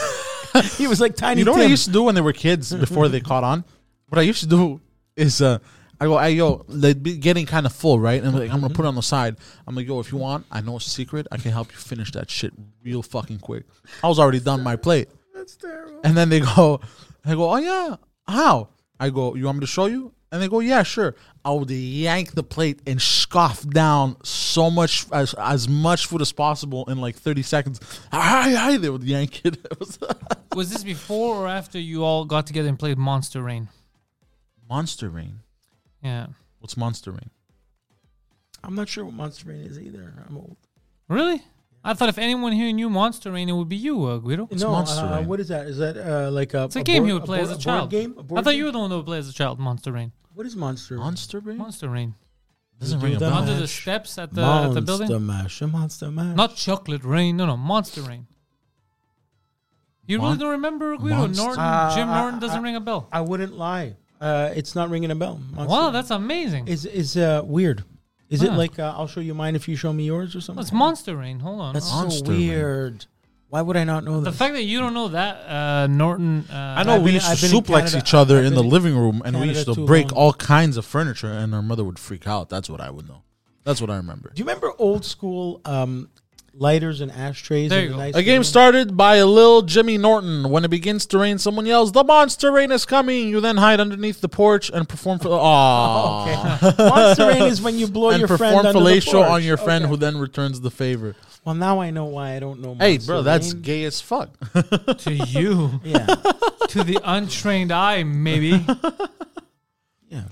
B: He was like tiny
A: you know what I
B: Tim.
A: used to do when they were kids before they caught on. What I used to do is uh, I go, hey yo, they'd be getting kind of full, right? And I'm like, I'm gonna put it on the side. I'm like, yo, if you want, I know a secret. I can help you finish that shit real fucking quick. I was already done my plate. That's terrible. And then they go, I go, oh yeah, how? I go, you want me to show you? And they go, yeah, sure. I would yank the plate and scoff down so much as, as much food as possible in like 30 seconds. Aye, aye, they would yank it. It was-
C: Was this before or after you all got together and played Monster Rain?
A: Monster Rain.
C: Yeah.
A: What's Monster Rain?
B: I'm not sure what Monster Rain is either. I'm old.
C: Really? I thought if anyone here knew Monster Rain, it would be you, uh, Guido.
B: no,
A: Monster
B: uh,
A: Rain?
B: what is that? Is that uh, like a?
C: It's a, game you would play as a child.
B: game.
C: I thought you were the one that would play as a child. Monster Rain.
B: What is Monster? Rain?
A: Monster Rain?
C: Monster Rain.
A: Doesn't
B: Do
A: ring a
B: that.
A: bell.
C: Under the
B: Mash.
C: steps at the at
B: Monster
C: the building.
B: Mash. a Monster Mash.
C: Not chocolate rain. No, no, monster rain. You
A: Mon-
C: really don't remember Guido
A: Monster-
C: Norton?
B: Uh,
C: Jim
B: I-
C: Norton doesn't
B: I-
C: ring a bell.
B: I wouldn't lie. Uh, it's not ringing a bell. Monster
C: wow,
B: Rain.
C: that's amazing. It's,
B: is is uh, weird. Is it
C: Huh.
B: like uh, I'll show you mine if you show me yours or something?
C: monster rain. Hold on.
B: That's
C: Oh.
A: Monster
B: so
A: Rain.
B: weird. Why would I not know
C: the
B: that?
C: fact that you don't know that uh, Norton. Uh,
A: I know
B: I've
A: we
B: been-
A: used to
B: I've been in
A: suplex
B: Canada-
A: each other
B: I've
A: in
B: been
A: the
B: in
A: living room and we
B: Canada
A: used to
B: too
A: break
B: long.
A: all kinds of furniture and our mother would freak out. That's what I would know. That's what I remember.
B: Do you remember old school um, lighters and ashtrays?
C: There
B: in
C: you
B: the
C: go.
B: nice
A: A game started by a little Jimmy Norton. When it begins to rain, someone yells, The monster rain is coming. You then hide underneath the porch and perform for Aw.
B: Okay. Monster rain is when you blow
A: And
B: your
A: perform
B: friend under the
A: fellatio
B: porch.
A: on your friend
B: Okay.
A: who then returns the favor.
B: Well, now I know why I don't know.
A: Hey,
B: Monster
A: bro, that's
B: rain.
A: gay as fuck.
C: to you,
B: yeah,
C: to the untrained eye, maybe.
B: yeah.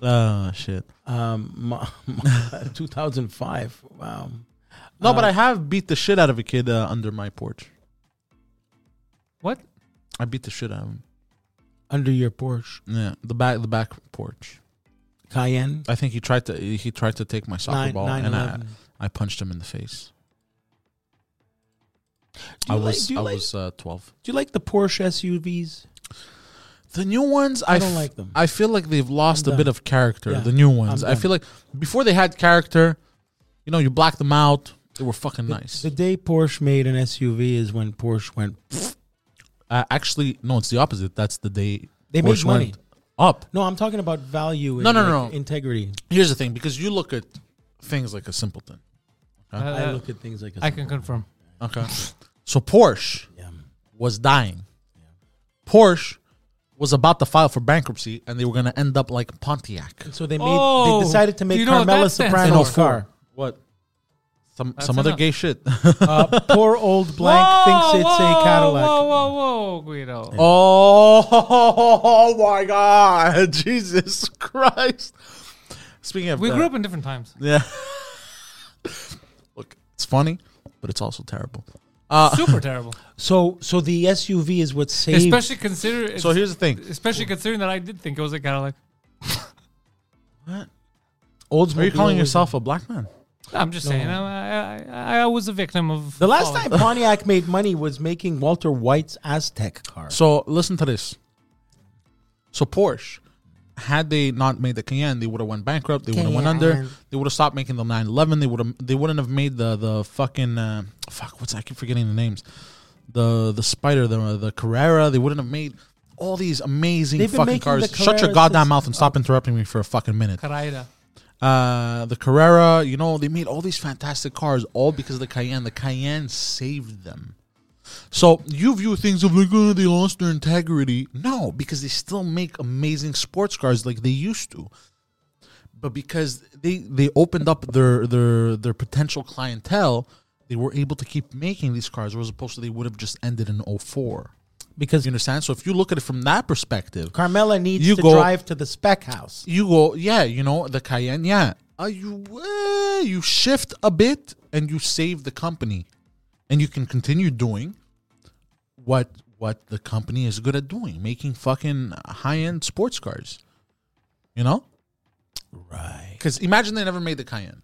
C: Ah,
A: oh, shit.
B: Um, my, 2005. Wow.
A: No,
C: Uh,
A: but I have beat the shit out of a kid uh, under my porch.
C: What?
A: I beat the shit out of him.
B: Under your Porsche
A: Yeah, the back the back porch.
B: Cayenne.
A: I think he tried to he tried to take my soccer
B: Nine-
A: ball
B: nine
A: and I,
B: eleven.
A: I punched him in the face.
B: Do
A: I
B: you like-
A: was
B: do you
A: I
B: like-
A: was uh, 12.
B: Do you like the Porsche SUVs?
A: The new ones I
B: I don't
A: f-
B: like them.
A: I feel like they've lost
B: I'm
A: a bit
B: done.
A: of character.
B: Yeah,
A: the new ones.
B: I'm
A: I
B: done.
A: feel like before they had character, you know, you blacked them out. They were fucking nice.
B: The day Porsche made an SUV is when Porsche went.
A: uh, actually, no, it's the opposite. That's the day
B: They made
A: Porsche
B: money.
A: went up.
B: No, I'm talking about value. And
A: No, no,
B: like,
A: no.
B: Integrity.
A: Here's the thing, because you look at things like a simpleton.
C: Uh,
B: I
C: uh,
B: look at things like a
C: I can confirm.
A: Okay, so Porsche
B: Yeah.
A: was dying. Porsche was about to file for bankruptcy and they were going to end up like Pontiac.
B: So they made they
C: Oh,
B: decided to
C: do
B: make
C: you know what
B: Carmela
C: that stands
B: Soprano's
C: for?
B: car.
A: oh What? Some
C: That's
A: some other
C: enough.
A: gay shit.
B: Uh, poor old blank thinks it's a Cadillac.
C: Whoa, whoa, whoa, Guido.
A: oh, my god. Jesus Christ. Speaking of
C: We
A: that-
C: grew up in different times.
A: Yeah. Look, it's funny, but it's also terrible. Uh,
C: Super terrible.
B: So so the SUV is what saved.
C: Especially consider.
A: so here's the thing.
C: Especially considering that I did think it was a Cadillac.
B: Oldsmobile
A: Are you calling
B: was-
A: yourself a black man?
C: I'm just saying. I, I, I, I was a victim of.
B: The last
C: folly.
B: time Pontiac made money was making Walter White's Aztec car.
A: So listen to this. So Porsche, had they not made the Cayenne, they would have went bankrupt. They would have went under.
B: Cayenne.
A: They would have stopped making the 911. They would have. They wouldn't have made the the fucking uh, fuck. What's I keep forgetting the names. The the Spider, the the Carrera. They wouldn't have made all these amazing
B: They've been
A: fucking
B: making
A: cars.
B: the
A: Shut your
B: Carrera
A: goddamn
B: since- oh.
A: mouth and stop interrupting me for a fucking minute.
C: Carrera.
A: Uh, the Carrera. You know they made all these fantastic cars all because of the Cayenne. The Cayenne saved them. So you view things of like, oh, they lost their integrity. No, because they still make amazing sports cars like they used to. But because they they opened up their their their potential clientele, they were able to keep making these cars, as opposed to they would have just ended in 04.
B: because
A: You understand? So if you look at it from that perspective,
B: Carmela needs
A: You
B: to
A: go-
B: drive to the spec house.
A: you go, yeah, you know, the Cayenne, yeah. Uh, you uh, you shift a bit and you save the company, and you can continue doing what what the company is good at doing, making fucking high end sports cars. You know,
B: Right.
A: because imagine they never made the Cayenne,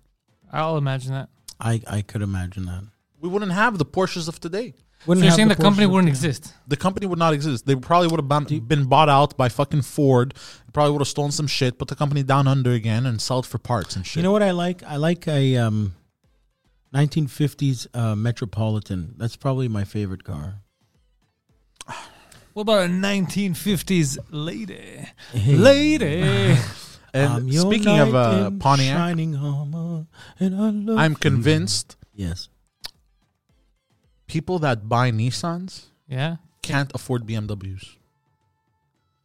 C: I'll imagine that.
B: I, I could imagine that.
A: we wouldn't have the Porsches of today.
C: So
B: Wouldn't
C: you're
B: have
C: saying the, company
B: Porsche.
C: wouldn't exist?
A: The company would not exist. They probably would have been, been bought out by fucking Ford. Probably would have stolen some shit, put the company down under again, and sell it for parts and shit.
B: You know what I like? I like a um, 1950s uh, Metropolitan. That's probably my favorite car.
C: What about a 1950s lady? Lady.
A: and
B: I'm Um, your
A: speaking of
B: knight
A: uh,
B: in
A: Pontiac,
B: shining armor, and I love
A: I'm
B: you.
A: convinced
B: Yes.
A: people that buy Nissans
C: yeah.
A: can't afford BMWs.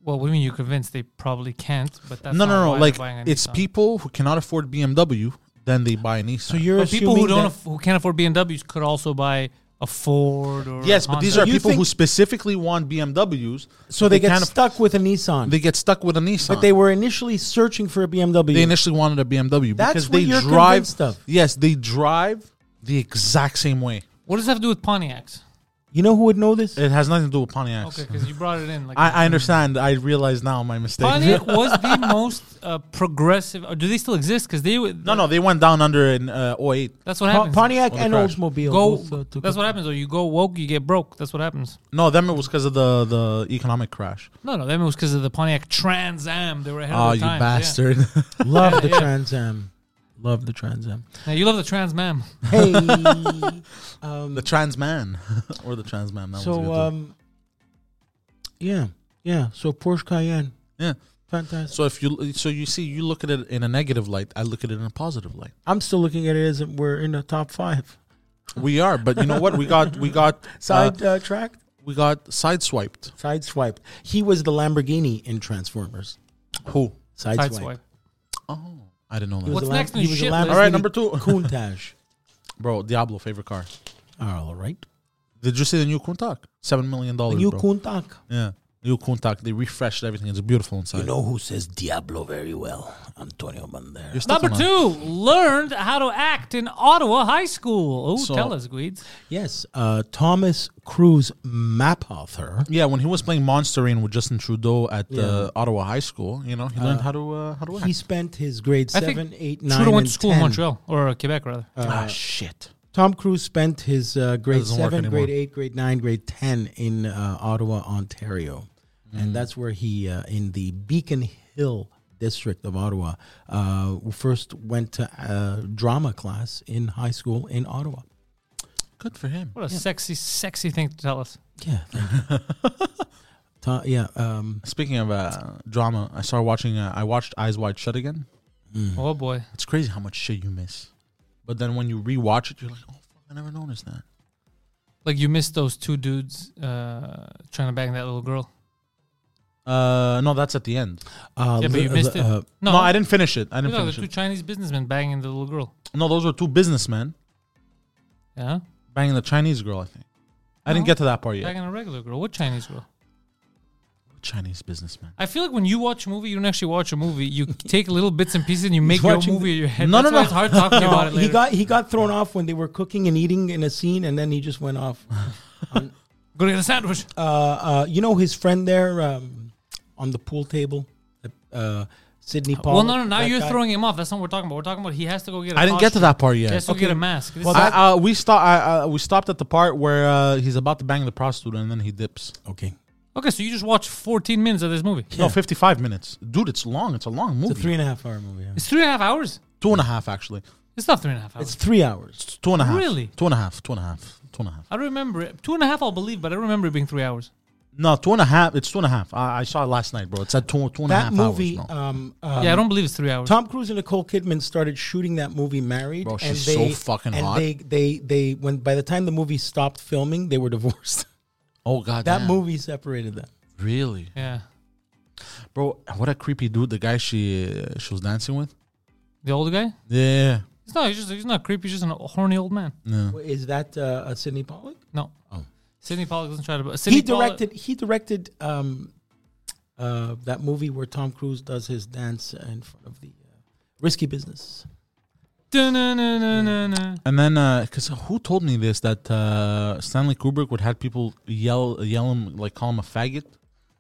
C: Well, women, you're convinced they probably can't, but that's
A: no,
C: not
A: no, no.
C: why they're
A: Like
C: buying a
A: it's
C: Nissan.
A: people who cannot afford BMW, then they buy a Nissan.
B: So you're
C: But people who
B: assuming
C: don't
B: that-
C: aff- who can't afford BMWs could also buy a Ford or
A: yes,
C: a
A: but these
C: Honda.
A: are
B: You
A: people who
B: think-
A: specifically want BMWs.
B: so they, get
A: can't aff-
B: stuck with a Nissan.
A: they get stuck with a Nissan.
B: but they were initially searching for a BMW.
A: They initially wanted a BMW
B: That's
A: because
B: what
A: they
B: you're
A: drive
B: convinced of.
A: Yes, they drive the exact same way.
C: What does that have to do with Pontiacs?
B: you know who would know this?
A: It has nothing to do with Pontiacs.
C: Okay, because you brought it in. Like
A: I, I understand. I realize now my mistake.
C: Pontiac was the most uh, progressive. Or do they still exist? Because they would-
A: no, no, they went down under in uh, 08.
C: That's what
B: Po-
C: happens.
B: Pontiac
A: Well,
B: and
A: crash.
B: Oldsmobile.
C: go.
B: both, uh, took
C: That's
B: a-
C: what happens. Though you go woke, you get broke. That's what happens.
A: No, them it was because of the the economic crash.
C: No, no, that was because of the Pontiac Trans Am. They were ahead
A: Oh,
C: of
A: you
C: the times. yeah.
A: bastard.
B: Love the Trans Am. Love the Trans Am.
C: Now, you love the Trans Am.
B: Hey.
A: The trans man or the trans man. That was a
B: so,
A: good one.
B: um, yeah, yeah. So Porsche Cayenne,
A: yeah.
B: fantastic.
A: So if you so you see you look at it in a negative light, I look at it in a positive light.
B: I'm still looking at it as if we're in the top five.
A: We are, but you know what? We got we got uh,
B: Side uh, tracked,
A: we got sideswiped.
B: side swiped. He was the Lamborghini in Transformers.
A: Who?
B: Side,
C: Side
B: swipe.
C: swipe.
A: Oh, I didn't know
B: He
A: that.
B: was
C: What's
B: a Lam-
C: next in
B: he
C: the
B: was a
C: shit
B: Lamborghini
C: list?
A: All right, number two,
B: Countach.
A: bro. Diablo favorite car.
B: All right,
A: Did you see the new Countach? Seven million
B: the
A: dollars.
B: new
A: bro.
B: Countach.
A: yeah, new Countach. They refreshed everything. It's beautiful inside.
D: You know who says Diablo very well? Antonio Banderas.
A: You're stuck
C: Number
A: on that.
C: two, learned how to act in Ottawa High School. Oh,
A: So-
C: tell us, Guides.
B: Yes, uh, Thomas Cruise map author.
A: Yeah, when he was playing Monsterine with Justin Trudeau at
B: Yeah.
A: uh, Ottawa High School, you know, he learned how to uh, how to act.
B: He spent his grade
C: I think
B: seven, eight, nine,
C: Trudeau
B: and Uh,
C: went to school
B: 10.
C: in Montreal, or uh, Quebec, rather.
A: ah shit.
B: Tom Cruise spent his uh, grade
A: doesn't work
B: seven,
A: anymore.
B: grade eight, grade nine, grade ten in uh, Ottawa, Ontario,
C: Mm.
B: and that's where he uh, in the Beacon Hill district of Ottawa uh, first went to uh, drama class in high school in Ottawa.
A: Good for him.
C: What a sexy, sexy thing to tell us.
B: Yeah, thank you. Ta- yeah. Um,
A: Speaking of uh, drama, I started watching. Uh, I watched Eyes Wide Shut again.
C: Oh, boy.
A: It's crazy how much shit you miss. But then when you rewatch it, you're like, oh fuck, I never noticed that.
C: Like, you missed those two dudes uh, trying to bang that little girl.
A: Uh, no, that's at the end.
B: Uh,
C: Yeah, but
B: li-
C: you missed
B: li-
C: it.
B: uh,
A: No, I didn't finish it. I didn't
C: No, the
A: finish
C: two
A: it.
C: Chinese businessmen banging the little girl.
A: No, those were two businessmen
C: Yeah,
A: banging the Chinese girl. I think. I didn't
C: No.
A: get to that part yet.
C: banging a regular girl. What Chinese girl?
A: Chinese businessman.
C: I feel like when you watch a movie, you don't actually watch a movie. You take little bits and pieces and you make your own
B: watching
C: movie in your head.
A: No,
C: That's
A: no,
C: why
A: no.
C: It's hard talking about it
B: he
C: later.
B: got he got thrown off when they were cooking and eating in a scene, and then he just went off. Um,
C: Go get a sandwich.
B: uh, uh, you know his friend there um, on the pool table, uh, Sydney Paul.
C: well, no, no. Now you're throwing him off. That's not what we're talking about. We're talking about he has to go get. I
A: I didn't get to that part yet.
C: He has to
B: Okay.
C: go get a mask. This
B: Well,
C: is-
B: that-
A: I, uh, we stop. I, uh, we stopped at the part where uh, he's about to bang the prostitute and then he dips.
B: Okay,
C: okay, so you just watched 14 minutes of this movie.
A: No, fifty-five minutes, dude. It's long. It's a long movie.
B: it's a three and a half hour movie. yeah.
C: It's three and a half hours.
A: two and a half, actually.
C: It's not three and a half hours.
B: It's three hours.
A: It's two and a half.
C: Really?
A: Two and a half. Two and a half. Two and a half.
C: I remember it. Two and a half, I'll believe, but I remember it being three hours.
A: No, two and a half. It's two and a half. I, I saw it last night, bro. It's at two, two and a half
B: That movie,
A: hours. No.
B: um, um,
C: yeah, I don't believe it's three hours.
B: Tom Cruise and Nicole Kidman started shooting that movie married.
A: Bro, she's
B: and they,
A: so fucking
B: and
A: hot.
B: They, they, they, when by the time the movie stopped filming, they were divorced.
A: oh god,
B: that
A: damn.
B: movie separated them.
A: Really,
C: yeah,
A: bro? What a creepy dude. The guy she uh, she was dancing with.
C: the old guy.
A: Yeah.
C: He's not. He's just. He's not creepy. He's just a horny old man.
A: Yeah.
B: Is that uh, a Sidney Pollack?
C: No.
B: Mm. Oh.
C: Sidney Pollack doesn't try to. Sidney
B: He directed. He directed um, uh, that movie where Tom Cruise does his dance in front of the uh, risky business.
C: Dun-dun-dun-dun-dun.
A: And then, because who told me this that uh, Stanley Kubrick would have people yell, yell him, like call him a faggot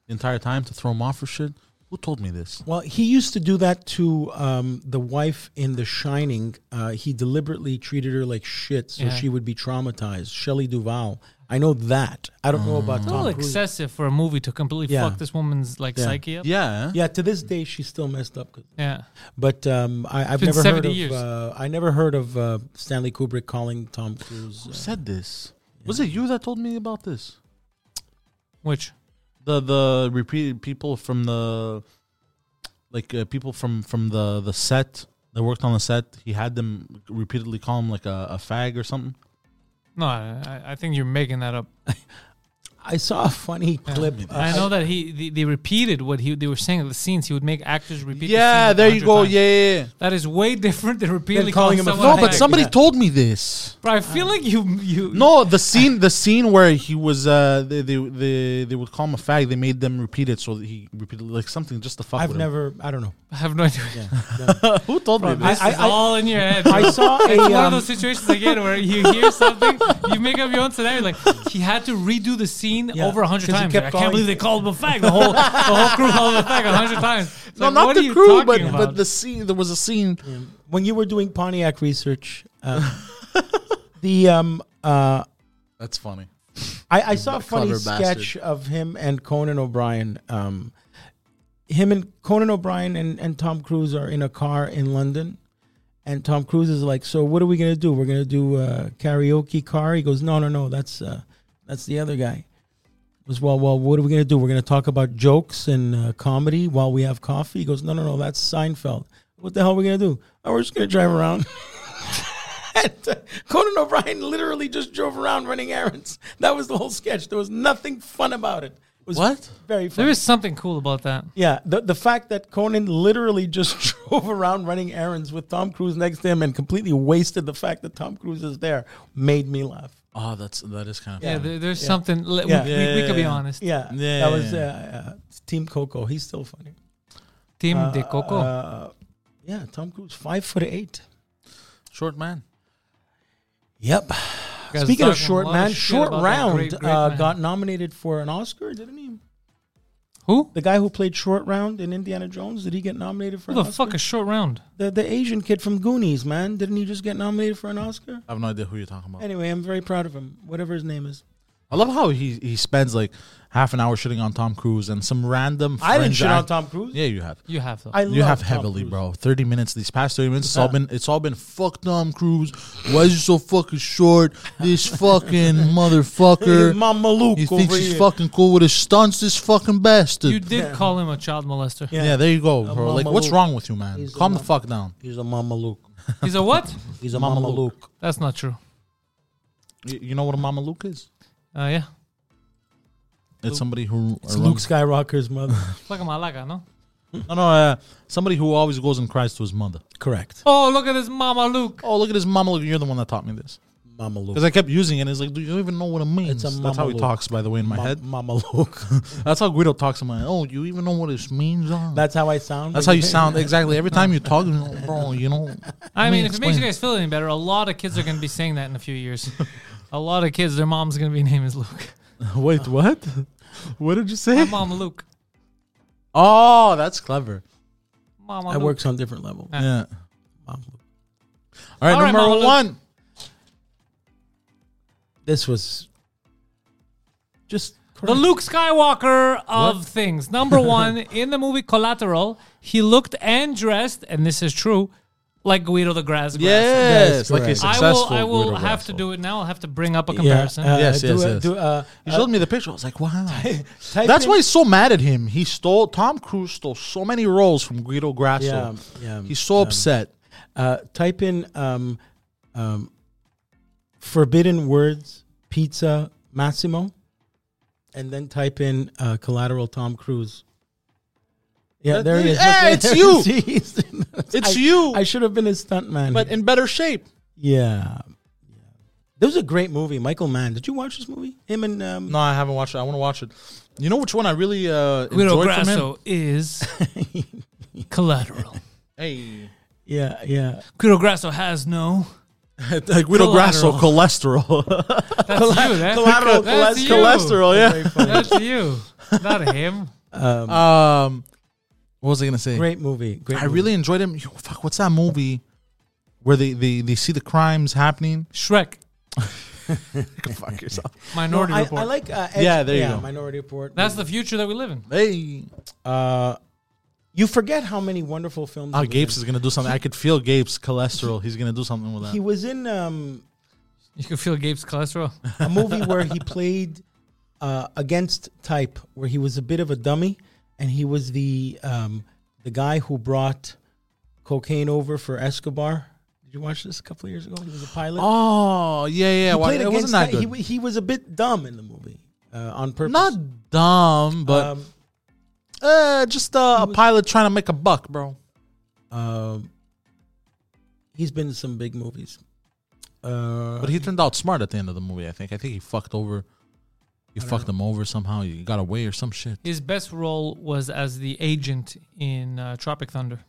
A: the entire time to throw him off or shit? Who told me this?
B: Well, he used to do that to um, the wife in The Shining. Uh, he deliberately treated her like shit, so
C: Yeah.
B: she would be traumatized. Shelley Duvall. I know that. I don't know about
C: It's a little
B: Tom Cruise.
C: excessive for a movie to completely
B: Yeah.
C: fuck this woman's like
B: Yeah.
C: psyche up.
A: Yeah. eh?
B: Yeah, to this day she's still messed up. 'cause-
C: Yeah.
B: But um, I, I've
C: been
B: never heard
C: 70
B: of.
C: years.
B: Uh, I never heard of uh, Stanley Kubrick calling Tom Cruise.
A: Who
B: uh,
A: said this? Was it you that told me about this?
C: Which
A: The the repeated people from the like uh, people from from the the set that worked on the set. He had them repeatedly call him like a, a fag or something.
C: no, I, I- I think you're making that up.
B: I saw a funny clip. uh,
C: I know that he they, they repeated what he they were saying at the scenes. He would make actors repeat.
A: Yeah,
C: the
A: there you
C: scene like
A: go.
C: 100 times.
A: Yeah, yeah, yeah.
C: that is way different than repeatedly
B: calling
C: calling,
B: him a
C: someone.
A: No,
B: fag.
A: but somebody
B: Yeah.
A: told me this.
C: Bro, I
B: Uh.
C: feel like you you
A: No, the scene, the scene where he was, uh, they, they, they, they would call him a fag. They made them repeat it, so that he repeated like something just to fuck.
B: I've
A: with
B: never. I don't know.
C: have no idea.
A: Him. Who told me
C: This
A: this?
B: I-
C: is
B: I-
C: all in your head.
B: I
C: bro.
B: saw a.
C: It's one of
B: um,
C: those situations again where you hear something, you make up your own scenario. Like he had to redo the scene
B: Yeah,
C: over a hundred
B: 'cause he
C: times.
B: kept
C: I
B: calling-
C: can't believe they called him a fag. The whole the whole crew called him a fag a hundred times. It's
A: No,
C: like,
A: not
C: what are
A: the
C: you
A: crew,
C: talking
A: but but
C: about?
A: the scene. There was a scene.
B: when you were doing Pontiac research, uh, the um, uh,
A: That's funny.
B: I, I saw a funny
A: Clever bastard.
B: sketch of him and Conan O'Brien. Um, him and Conan O'Brien and, and Tom Cruise are in a car in London. And Tom Cruise is like, "So what are we gonna do? We're gonna do uh, karaoke car?" He goes, "No, no, no. That's uh, that's the other guy." He Goes, "Well, well, what are we gonna do? We're gonna talk about jokes and uh, comedy while we have coffee." He goes, "No, no, no. That's Seinfeld. What the hell are we gonna do? Oh, we're just gonna drive around." and uh, Conan O'Brien literally just drove around running errands. That was the whole sketch. There was nothing fun about it. It was
A: What?
B: Very funny.
C: there is something cool about that.
B: Yeah, the the fact that Conan literally just drove around running errands with Tom Cruise next to him and completely wasted the fact that Tom Cruise is there made me laugh.
A: Oh, that's that is kind of.
C: Yeah,
A: Yeah.
C: there, there's something. le-
B: Yeah.
C: We, we, we could be
A: Yeah.
C: honest.
B: Yeah,
A: Yeah,
B: that was
A: yeah,
B: uh, uh, Team Coco. He's still funny.
C: Team De Coco.
B: Uh, yeah, Tom Cruise, five foot eight.
A: Short man.
B: Yep.
C: You guys are
B: Speaking of
C: talking a
B: short
C: lot
B: man,
C: shit
B: short
C: about that
B: round
C: great, great
B: uh,
C: man.
B: got nominated for an Oscar, didn't he?
C: who?
B: The guy who played short round in Indiana Jones, did he get nominated for
C: Who
B: an
C: the
B: Oscar?
C: fuck is short round?
B: The, the Asian kid from Goonies, man. Didn't he just get nominated for an Oscar?
A: I have no idea who you're talking about.
B: Anyway, I'm very proud of him, whatever his name is.
A: I love how he he spends like half an hour shitting on Tom Cruise and some random.
B: I didn't
A: fringe
B: shit on
A: act-
B: Tom Cruise.
A: Yeah, you have.
C: You have though.
B: I
A: You have
B: love Tom
A: heavily,
B: Cruise.
A: bro. Thirty minutes. These past thirty minutes, it's all been it's all been fuck Tom Cruise. Why is he so fucking short? This fucking motherfucker.
B: Mama Luke
A: He
B: over
A: thinks he's
B: here.
A: fucking cool with his stunts. This fucking bastard.
C: you did call him a child molester.
A: yeah, there you go,
B: A
A: bro. Like,
B: Mama
A: what's
B: Luke.
A: wrong with you, man?
B: He's a
A: Calm the
B: Mama-
A: fuck down.
B: He's a Mama Luke.
C: He's a what?
B: He's a Mama, Luke.
C: That's not true.
A: Y- You know what a Mama Luke is?
C: Uh, yeah.
A: It's somebody who
B: It's Luke Skywalker's mother.
C: Like a malaga, no?
A: No, no, uh, somebody who always goes and cries to his mother.
B: Correct.
C: Oh, look at this mama Luke.
A: Oh, look at his mama! Look, you're the one that taught me this
B: Mama Luke.
A: because I kept using it. and It's like, do you even know what it means?
B: a
A: That's how he
B: mamaluk.
A: talks, by the way, in my
B: Ma-
A: head.
B: Mama Luke.
A: That's how Guido talks in my head. Oh, you even know what it means? huh?
B: That's how I sound.
A: That's how you sound exactly every time you talk, you know, bro. You know,
C: I
A: Let
C: mean, if it makes
A: explain.
C: you guys feel any better, a lot of kids are going to be saying that in a few years. a lot of kids, their mom's going to be named as Luke.
A: Wait, what? What did you say?
C: Mama Luke.
A: Oh, that's clever.
C: Mama
B: I
C: Luke.
B: works on different level.
C: Yeah.
A: Yeah.
B: Mama Luke.
A: All right,
C: All right,
A: number
C: Mama Lu.
A: one.
B: This was just
C: The
B: correct.
C: Luke Skywalker of things. Number one, in the movie Collateral, he looked and dressed, and this is true, like Guido the Grass. Grass.
A: Yes,
B: That's
A: like a
B: correct.
C: I will.
A: successful.
C: I will
A: Guido
C: have to
A: Grasso.
C: do it now. I'll have to bring up a
B: Yeah,
C: comparison.
B: uh,
A: Yes,
B: do
A: yes,
B: a-
A: yes.
B: do a-
A: He
B: uh,
A: showed me the picture. I was like, wow.
B: type
A: That's
B: in-
A: why he's so mad at him. He stole Tom Cruise stole so many roles from Guido Grasso.
B: Yeah, yeah,
A: he's so
B: yeah.
A: upset.
B: Uh, type in um, um, forbidden words pizza Massimo, and then type in uh, collateral Tom Cruise. Yeah,
A: That-
B: there he is.
A: Hey,
B: Look,
A: it's
B: you.
A: It's you,
B: I should have been a stunt man.
A: but in better shape.
B: yeah, yeah. That was a great movie. Michael Mann. Did you watch this movie? Him and um,
A: No, I haven't watched it. I want to watch it. You know which one I really uh,
C: Guido
A: enjoyed from him?
C: Grasso is Collateral.
A: Hey,
B: yeah, yeah.
C: Guido Grasso has no.
A: Guido Grasso cholesterol.
C: That's you. That,
B: Collateral
C: that's you.
A: cholesterol, yeah.
B: Very funny.
C: That's you. Not him.
B: Um,
A: Um, what was I gonna say?
B: great movie. Great.
A: I
B: movie.
A: really enjoyed him. Yo, fuck, what's that movie where they they, they see the crimes happening?
C: Shrek.
A: fuck yourself.
B: No,
C: Minority
B: I,
C: Report.
B: I like. Uh, Edge-
A: Yeah, there you go.
B: Minority Report.
C: that's the future that we live in.
A: Hey,
B: Uh, you forget how many wonderful films.
A: oh,
B: he was
A: Gapes
B: in.
A: is gonna do something. I could feel Gapes cholesterol. He's gonna do something with that.
B: He was in um,
C: You can feel Gabe's cholesterol.
B: a movie where he played uh, against type, where he was a bit of a dummy, and he was the um, the guy who brought cocaine over for Escobar. Did you watch this a couple of years ago? He was a pilot.
A: Oh yeah, yeah.
B: he
A: Why,
B: played
A: it
B: against
A: wasn't that
B: type. He
A: good.
B: wa- He, was a bit dumb in the movie uh, on purpose.
A: Not dumb, but
B: Um,
A: uh, just uh, a
B: was-
A: pilot trying to make a buck, bro.
B: um, he's been in some big movies. Uh,
A: But he turned out smart at the end of the movie. I think. I think he fucked over. He fucked him over somehow. He got away or some shit.
C: His best role was as the agent in uh, Tropic Thunder.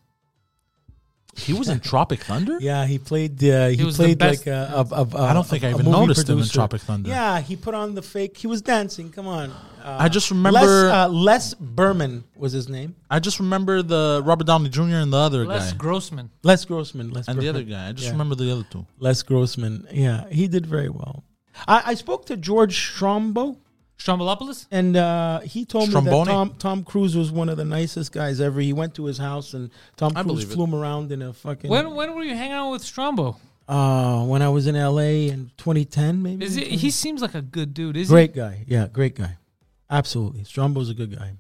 A: He was in Tropic Thunder.
B: Yeah, he played. Uh, he,
C: was the
B: played like
C: best-
B: a. a, a, a
A: I don't think
B: a-
A: I
B: Uh, a
A: even
B: movie
A: noticed him in
B: producer.
A: Tropic Thunder.
B: Yeah, he put on the fake. He was dancing. Come on. Uh,
A: I just
B: Les,
A: remember.
B: uh, Les Berman was his name.
A: I just remember the Robert Downey Jr. and the other
C: Les
A: guy
C: Grossman.
B: Les Grossman. Les
A: and the
B: Berman.
A: other guy. I just
B: Yeah.
A: remember the other two.
B: Les Grossman. Yeah, he did very well. I, I spoke to George Strombo,
C: Strombolopoulos?
B: and uh, he told me
A: Stromboni?
B: that Tom Tom Cruise was one of the nicest guys ever. He went to his house, and Tom
A: I
B: Cruise
A: believe it.
B: flew him around in a fucking.
C: When when were you hanging out with Strombo?
B: uh, when I was in L.A. in 2010, maybe.
C: Is he, he seems like a good dude, is
B: great guy. Yeah, great guy. Absolutely. Strombo's a good guy.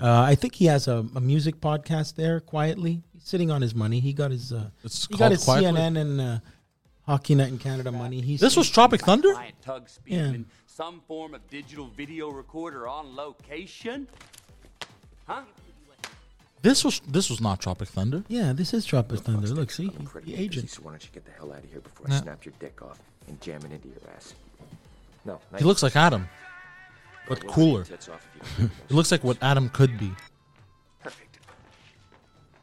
B: Uh, I think he has a, a music podcast there quietly. He's sitting on his money. He got his uh,
A: It's
B: he got
A: called
B: his
A: Quietly.
B: CNN and uh, Hockey Night in Canada money. He's
A: This was Tropic Thunder.
F: By a tug
B: Yeah.
F: speedman, some form of digital video recorder on location? Huh?
A: This was this was not Tropic Thunder.
B: yeah. This is Tropic Thunder. Look, see,
G: I'm
B: he-
G: pretty
B: the
G: busy,
B: agent.
G: So why don't you get the hell out of here before
C: Yeah.
G: I snap your dick off and jam it into your ass? No, not
A: He
G: you.
A: looks like Adam, but
G: We'll
A: cooler.
G: take your tits off if you don't
A: It
G: do
A: looks like what Adam could be.
G: this. Perfect.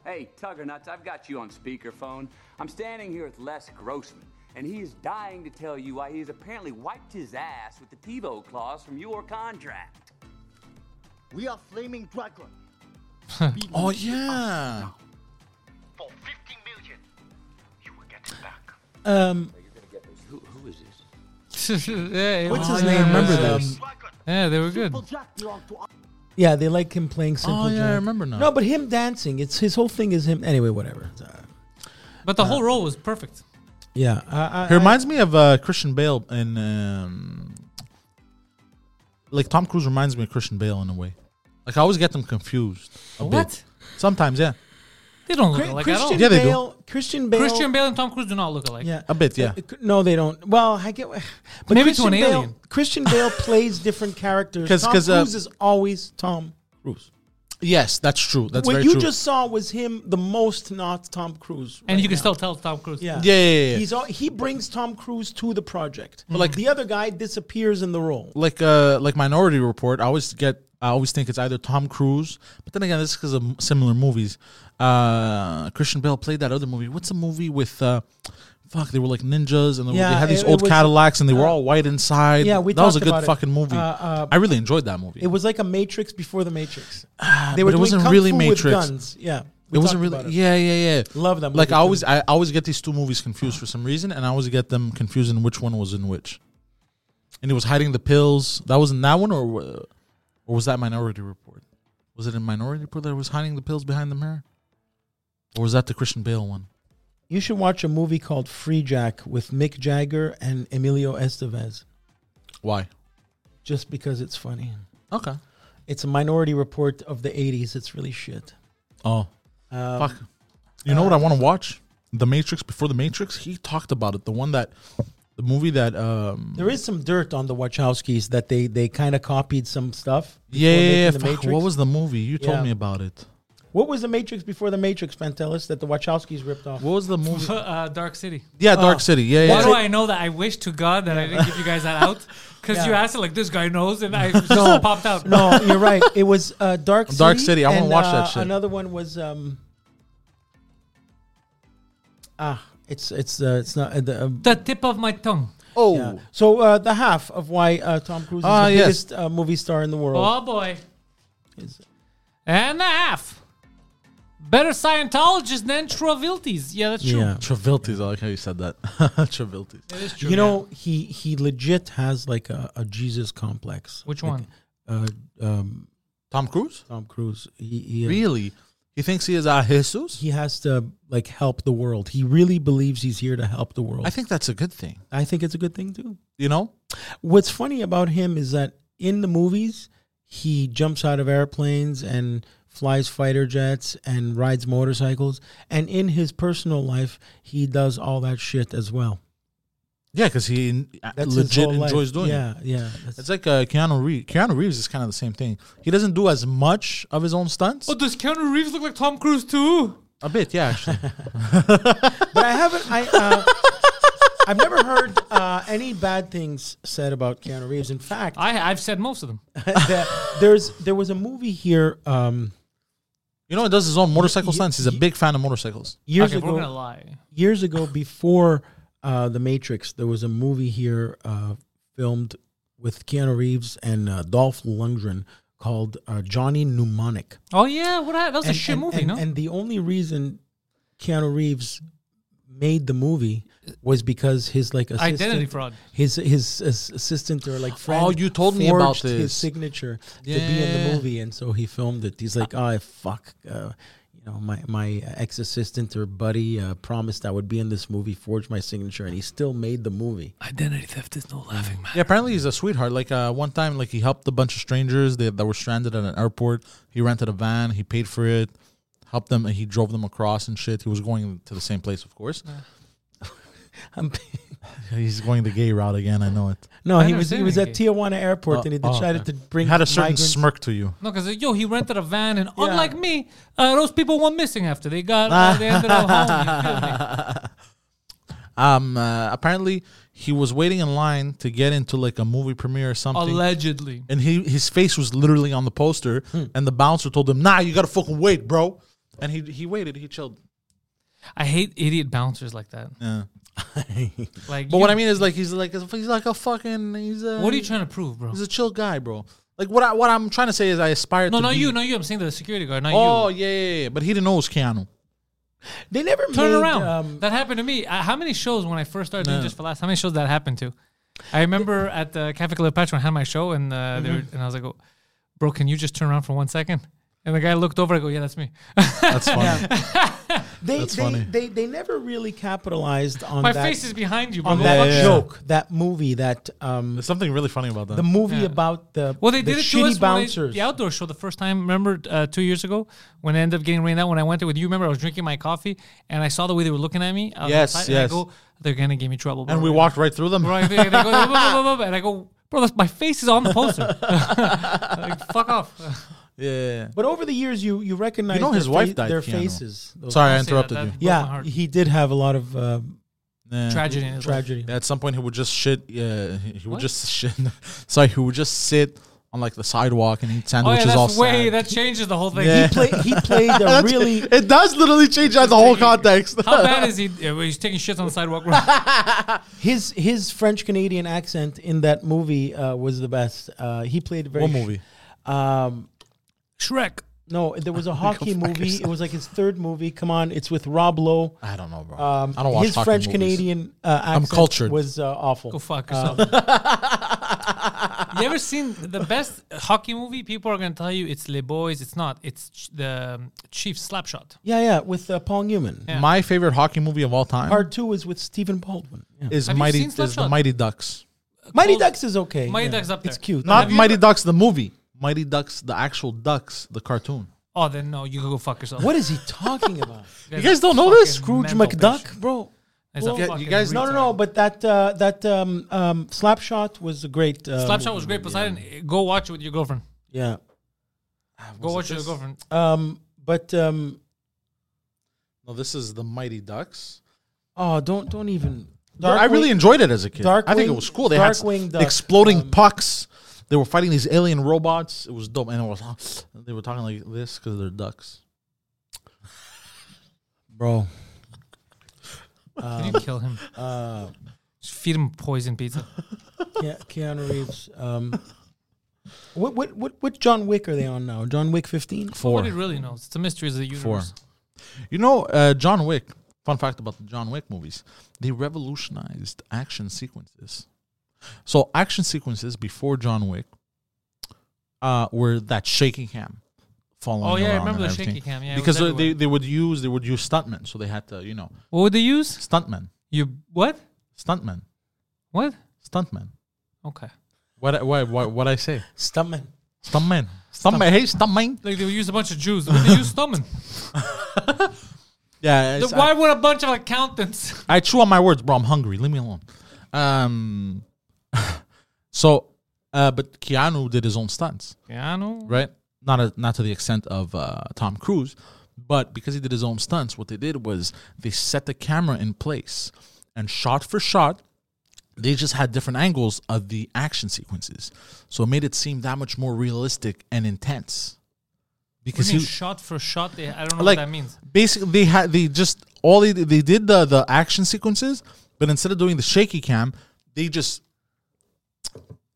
F: Hey, Tuggernuts, I've got you on speakerphone. I'm standing here with Les Grossman, and he is dying to tell you why he's apparently wiped his ass with the TiVo clause from your contract.
H: We are flaming dragon.
A: Oh yeah.
H: For 50 million, you will get it back.
B: Um,
F: Who, who is this?
C: he? yeah,
B: what's
C: yeah,
B: his
C: yeah,
B: name? Remember
C: yeah.
B: this?
H: Dragon.
C: Yeah, they were good.
H: Well, Jack belong to us.
B: Yeah, they like him playing simple.
A: Oh yeah, I
B: Jack.
A: remember now.
B: No, but him dancing. It's his whole thing is him. Anyway, whatever. Uh,
C: But the whole role was perfect.
B: yeah, I, I,
A: He reminds me of uh, Christian Bale and um, like Tom Cruise reminds me of Christian Bale in a way. Like I always get them confused. A
C: What?
A: Bit. Sometimes, yeah.
C: They don't look
B: Chri-
C: alike at all.
B: Christian
A: Yeah, they do.
B: Bale. Christian Bale.
C: Christian Bale and Tom Cruise do not look alike.
B: Yeah,
A: A bit, yeah.
B: Uh, No, they don't. Well, I get. But
C: Maybe to an
B: Bale,
C: alien.
B: Christian Bale plays different characters.
A: 'Cause-
B: Tom
A: 'cause, uh,
B: Cruise is always Tom Cruise.
A: Yes, that's true. That's
B: what
A: very
B: you
A: true.
B: just saw was him the most not Tom Cruise.
C: And
B: right
C: you can
B: now.
C: still tell Tom Cruise.
B: Yeah.
A: Yeah, yeah, yeah, yeah.
B: He's all, he brings Tom Cruise to the project.
A: like-
B: the other guy disappears in the role.
A: like uh like Minority Report, I always get I always think it's either Tom Cruise, but then again, this is because of m- similar movies. Uh, Christian Bale played that other movie. What's a movie with uh, fuck? They were like ninjas, and they were-
B: Yeah,
A: they had these
B: it- it
A: old
B: was- uh,
A: Cadillacs, and they were all white inside.
B: Yeah, we
A: that was a
B: talked
A: good
B: about it.
A: fucking movie.
B: Uh, uh,
A: I really enjoyed that movie.
B: It was like a Matrix before the Matrix.
A: but it
B: doing
A: wasn't
B: kung
A: really
B: fu with
A: Matrix.
B: guns. Yeah,
A: it wasn't
B: talked about
A: really. Yeah, yeah, yeah.
B: Love that
A: Like
B: movie,
A: I always,
B: too.
A: I always get these two movies confused for some reason, and I always get them confused in which one was in which. And it was hiding the pills. That was in that one, or wa- or was that Minority Report? Was it in Minority Report that it was hiding the pills behind the mirror, or was that the Christian Bale one?
B: You should watch a movie called Free Jack with Mick Jagger and Emilio Estevez,
A: Why?
B: just because it's funny.
A: Okay.
B: It's a Minority Report of the '80s. It's really shit.
A: Oh,
B: Um, uh,
A: fuck. You know what I want to watch? The Matrix before the Matrix. He talked about it. The one that, the movie that. um
B: There is some dirt on the Wachowskis that they they kind of copied some stuff. before
A: Yeah, yeah,
B: making
A: yeah.
B: The
A: fuck,
B: Matrix.
A: What was the movie? You told
B: Yeah.
A: me about it.
B: what was the Matrix before the Matrix? Fantelis that the Wachowskis ripped off.
A: What was the movie?
C: uh, Dark City.
A: Yeah,
B: Oh.
A: Dark City. Yeah,
C: Why
A: yeah.
C: do I know that? I wish to God that I didn't give you guys that out. Because you
B: Yeah.
C: asked it like this guy knows, and I just popped out.
B: No, Oh, you're right. It was uh, Dark City.
A: Dark City, I wanna
B: and,
A: watch that
B: uh,
A: shit.
B: Another one was um. Ah, it's it's uh, it's not uh, the. Um,
C: The tip of my tongue.
A: Oh,
B: yeah. So uh, the half of why uh, Tom Cruise is
A: Ah,
B: the
A: yes.
B: biggest uh, movie star in the world.
C: Oh boy.
B: is
C: And a half. Better Scientologists than Travilties. Yeah, that's true.
B: Yeah.
A: Traviltis. I like how you said that. Traviltis.
C: It is true.
B: You know, he he legit has like a, a Jesus complex.
C: Which
B: Like,
C: one?
B: Uh, um,
A: Tom Cruise?
B: Tom Cruise. He he, uh,
A: Really? He thinks he is our Jesus?
B: he has to like help the world. He really believes he's here to help the world.
A: I think that's a good thing.
B: I think it's a good thing too.
A: You know?
B: What's funny about him is that in the movies, he jumps out of airplanes and flies fighter jets and rides motorcycles. And in his personal life, he does all that shit as well.
A: Yeah, because he uh,
B: That's his
A: legit
B: whole life.
A: enjoys doing it.
B: yeah, Yeah, That's-
A: It's like uh, Keanu Reeves. Keanu Reeves is kind of the same thing. He doesn't do as much of his own stunts.
C: Oh, does Keanu Reeves look like Tom Cruise too?
A: A bit, yeah, actually.
B: But I haven't. I uh, I've never heard uh, any bad things said about Keanu Reeves. In fact,
C: I, I've said most of them.
B: there- there's there was a movie here um,
A: you know, he does his own motorcycle
B: Y-
A: stunts. He's a big fan of motorcycles.
B: years
C: okay,
B: ago.
C: we're gonna lie.
B: years ago before uh, the matrix there was a movie here uh, filmed with keanu reeves and uh, dolph lundgren called uh, johnny mnemonic
C: Oh yeah, what? hap- That was a
B: and,
C: shit
B: and-
C: movie,
B: and-
C: no?
B: and the only reason keanu reeves made the movie was because his like assistant,
C: Identity fraud.
B: his his ass- assistant or like friend
A: Oh, you told me about
B: forged his
A: this.
B: signature to be in the
A: Yeah.
B: movie and so he filmed it he's like oh fuck uh, you know my my ex assistant or buddy uh, promised I would be in this movie forged my signature and he still made the movie
C: Identity theft is no laughing matter.
A: Yeah, apparently he's a sweetheart. Like uh, one time, like he helped a bunch of strangers that, that were stranded at an airport. He rented a van. He paid for it. Helped them. and He drove them across and shit. He was going to the same place, of course.
B: I'm-
A: He's going the gay route again. I know it.
B: no
C: I
B: he
C: never
B: was
C: seen
B: he was
C: it.
B: at Tijuana airport and he
A: oh,
B: decided to bring
A: He had a certain
B: migrants-
A: smirk to you.
C: No, because yo, he rented a van, and unlike me, uh, those people went missing after they got. Uh, they ended up home. You feel me?
A: Um, uh, apparently he was waiting in line to get into like a movie premiere or something.
C: Allegedly.
A: and he his face was literally on the poster.
C: Hmm.
A: And the bouncer told him, "Nah, you gotta fucking wait, bro." And he he waited. He chilled.
C: I hate idiot bouncers like that.
A: Yeah.
C: Like,
A: But
C: you-
A: what I mean is like he's like he's like a fucking he's a
C: what are you trying to prove, bro?
A: He's a chill guy, bro. Like what I what I'm trying to say is I aspire
C: No,
A: to
C: not
A: be-
C: you, not you. I'm saying the security guard, not
A: Oh
C: you.
A: yeah, yeah, yeah, but he didn't know it was Keanu.
B: they never
C: Turn
B: made,
C: around.
B: um,
C: that happened to me. Uh, how many shows when I first started doing Just for Last? How many shows that happened to? I remember
A: Mm-hmm.
C: at the Cafe Cleopatra when I had my show, and uh, they were, and I was like, oh, "Bro, can you just turn around for one second? And the guy looked over. I go, yeah, that's me.
A: That's funny.
B: They,
A: That's
B: they,
A: funny.
B: They, they never really capitalized on
C: My
B: that,
C: face is behind you. But
B: on
C: go
B: that
C: fuck yourself.
B: joke, that movie, that um,
A: There's something really funny about that.
B: the movie
C: Yeah.
B: about the
C: Well, they
B: the
C: did it to
B: shitty
C: us When
B: bouncers.
C: they, the outdoor show the first time. Remember uh, two years ago when I ended up getting rained out. When I went there with you, remember I was drinking my coffee and I saw the way they were looking at me. I was
A: Yes,
C: outside, and I
A: yes.
C: go, they're gonna give me trouble. Bro.
A: and we walked right through them.
C: Bro, and they go, "Blah, blah, blah, blah, blah," and I go, bro, that's, my face is on the poster. like, fuck off.
A: Yeah.
B: but over the years, you you recognize
A: You know
B: their
A: his wife
B: fa-
A: died,
B: their
A: Keanu.
B: faces. Those-
A: Sorry, I
C: Say that,
A: interrupted
C: that
A: you.
C: broke my
B: Yeah,
C: heart.
B: he did have a lot of uh,
A: Yeah.
C: tragedy. in his life.
B: tragedy.
A: At some point, he would just shit. Yeah, he he would
C: What?
A: just shit. Sorry, he would just sit on like the sidewalk and eat
C: Oh yeah,
A: sandwiches. all
C: that's way
A: sad.
C: that changes the whole thing.
A: Yeah.
B: Play, he played a
A: That's-
B: really
A: it does literally change out the whole context.
C: How bad is he? Yeah, well, he's taking shits on the sidewalk. bro.
B: his his French Canadian accent in that movie uh, was the best. Uh, he played very
A: What movie?
B: Um,
C: Shrek.
B: no, there was a hockey
A: fuck
B: movie.
A: yourself.
B: It was like his third movie. Come on, it's with Rob Lowe.
A: I don't know, bro.
B: Um,
A: I don't watch
B: his
A: hockey
B: French
A: movies.
B: Canadian uh, accent
A: cultured.
B: was uh, awful.
C: Go fuck yourself. you ever seen the best hockey movie? People are gonna tell you it's Les Boys. It's not. It's ch- the um, Chiefs Slapshot.
B: Yeah, yeah, with uh, Paul Newman.
C: Yeah.
A: My favorite hockey movie of all time
B: Part two is with Stephen Baldwin. Yeah.
A: is
C: Have you
A: Mighty
C: seen
A: is the
C: Slapshot?
A: Mighty Ducks.
B: Mighty
C: Paul-
B: Ducks is okay.
C: Mighty
B: yeah.
C: Duck's up
B: It's
C: there.
B: cute.
A: Not
C: you-
A: Mighty Ducks the movie. Mighty Ducks the actual Ducks the cartoon.
C: Oh, then no, you can go fuck yourself.
B: what is he talking about?
A: You guys don't know this?
C: Fucking
B: Scrooge
C: mental
B: McDuck,
C: patient.
B: bro.
C: It's a
A: Yeah, you
C: fucking
A: guys-
B: No, no,
C: retard.
B: no. But that uh, that um, um, slap shot was a great. Uh,
C: Slapshot was great. Poseidon, go watch it with your girlfriend.
B: Yeah.
C: Go watch it with your girlfriend.
B: Um, but um,
A: No, this is the Mighty Ducks.
B: oh, don't don't even.
A: I really
B: Darkwing-
A: enjoyed it as a kid. I think it
B: Darkwing-
A: was cool. They had s-
B: Darkwing Duck,
A: exploding
B: um,
A: pucks. They were fighting these alien robots. It was dope, and it was they were talking like this because they're ducks.
B: bro.
C: Did you kill him?
B: Uh,
C: Just feed him poison pizza.
B: Ke- Keanu Reeves. Um, what what what what John Wick are they on now? John Wick fifteen.
A: Four,
C: Nobody really knows. It's a mystery of the universe.
A: four. You know, uh, John Wick. Fun fact about the John Wick movies: they revolutionized action sequences. So action sequences before John Wick uh, were that shaking cam. Following
C: Oh, yeah, I
A: around
C: remember
A: and
C: the shaky
A: everything.
C: cam, yeah, it was
A: because uh, they,
C: everywhere.
A: they would use they would use stuntmen, so they had to you know
C: What would they use?
A: stuntmen,
C: You what?
A: stuntmen,
C: What?
A: stuntmen.
C: Okay.
A: What what what what I say?
B: Stuntman.
A: Stuntman, stuntman, hey stuntman.
C: Like they would use a bunch of Jews. What they use stuntmen.
A: Yeah,
C: Then
A: it's-
C: Why would a bunch of accountants?
A: I chew on my words, bro. I'm hungry. Leave me alone. Um, so, uh, but Keanu did his own stunts,
C: Keanu.
A: right? Not a, not to the extent of uh, Tom Cruise, but because he did his own stunts, what they did was they set the camera in place and shot for shot, they just had different angles of the action sequences, so it made it seem that much more realistic and intense.
C: What
A: Because
C: do you
A: he,
C: mean shot for shot? They, I don't know
A: like
C: what that means.
A: basically they had they just all they they did the the action sequences, but instead of doing the shaky cam, they just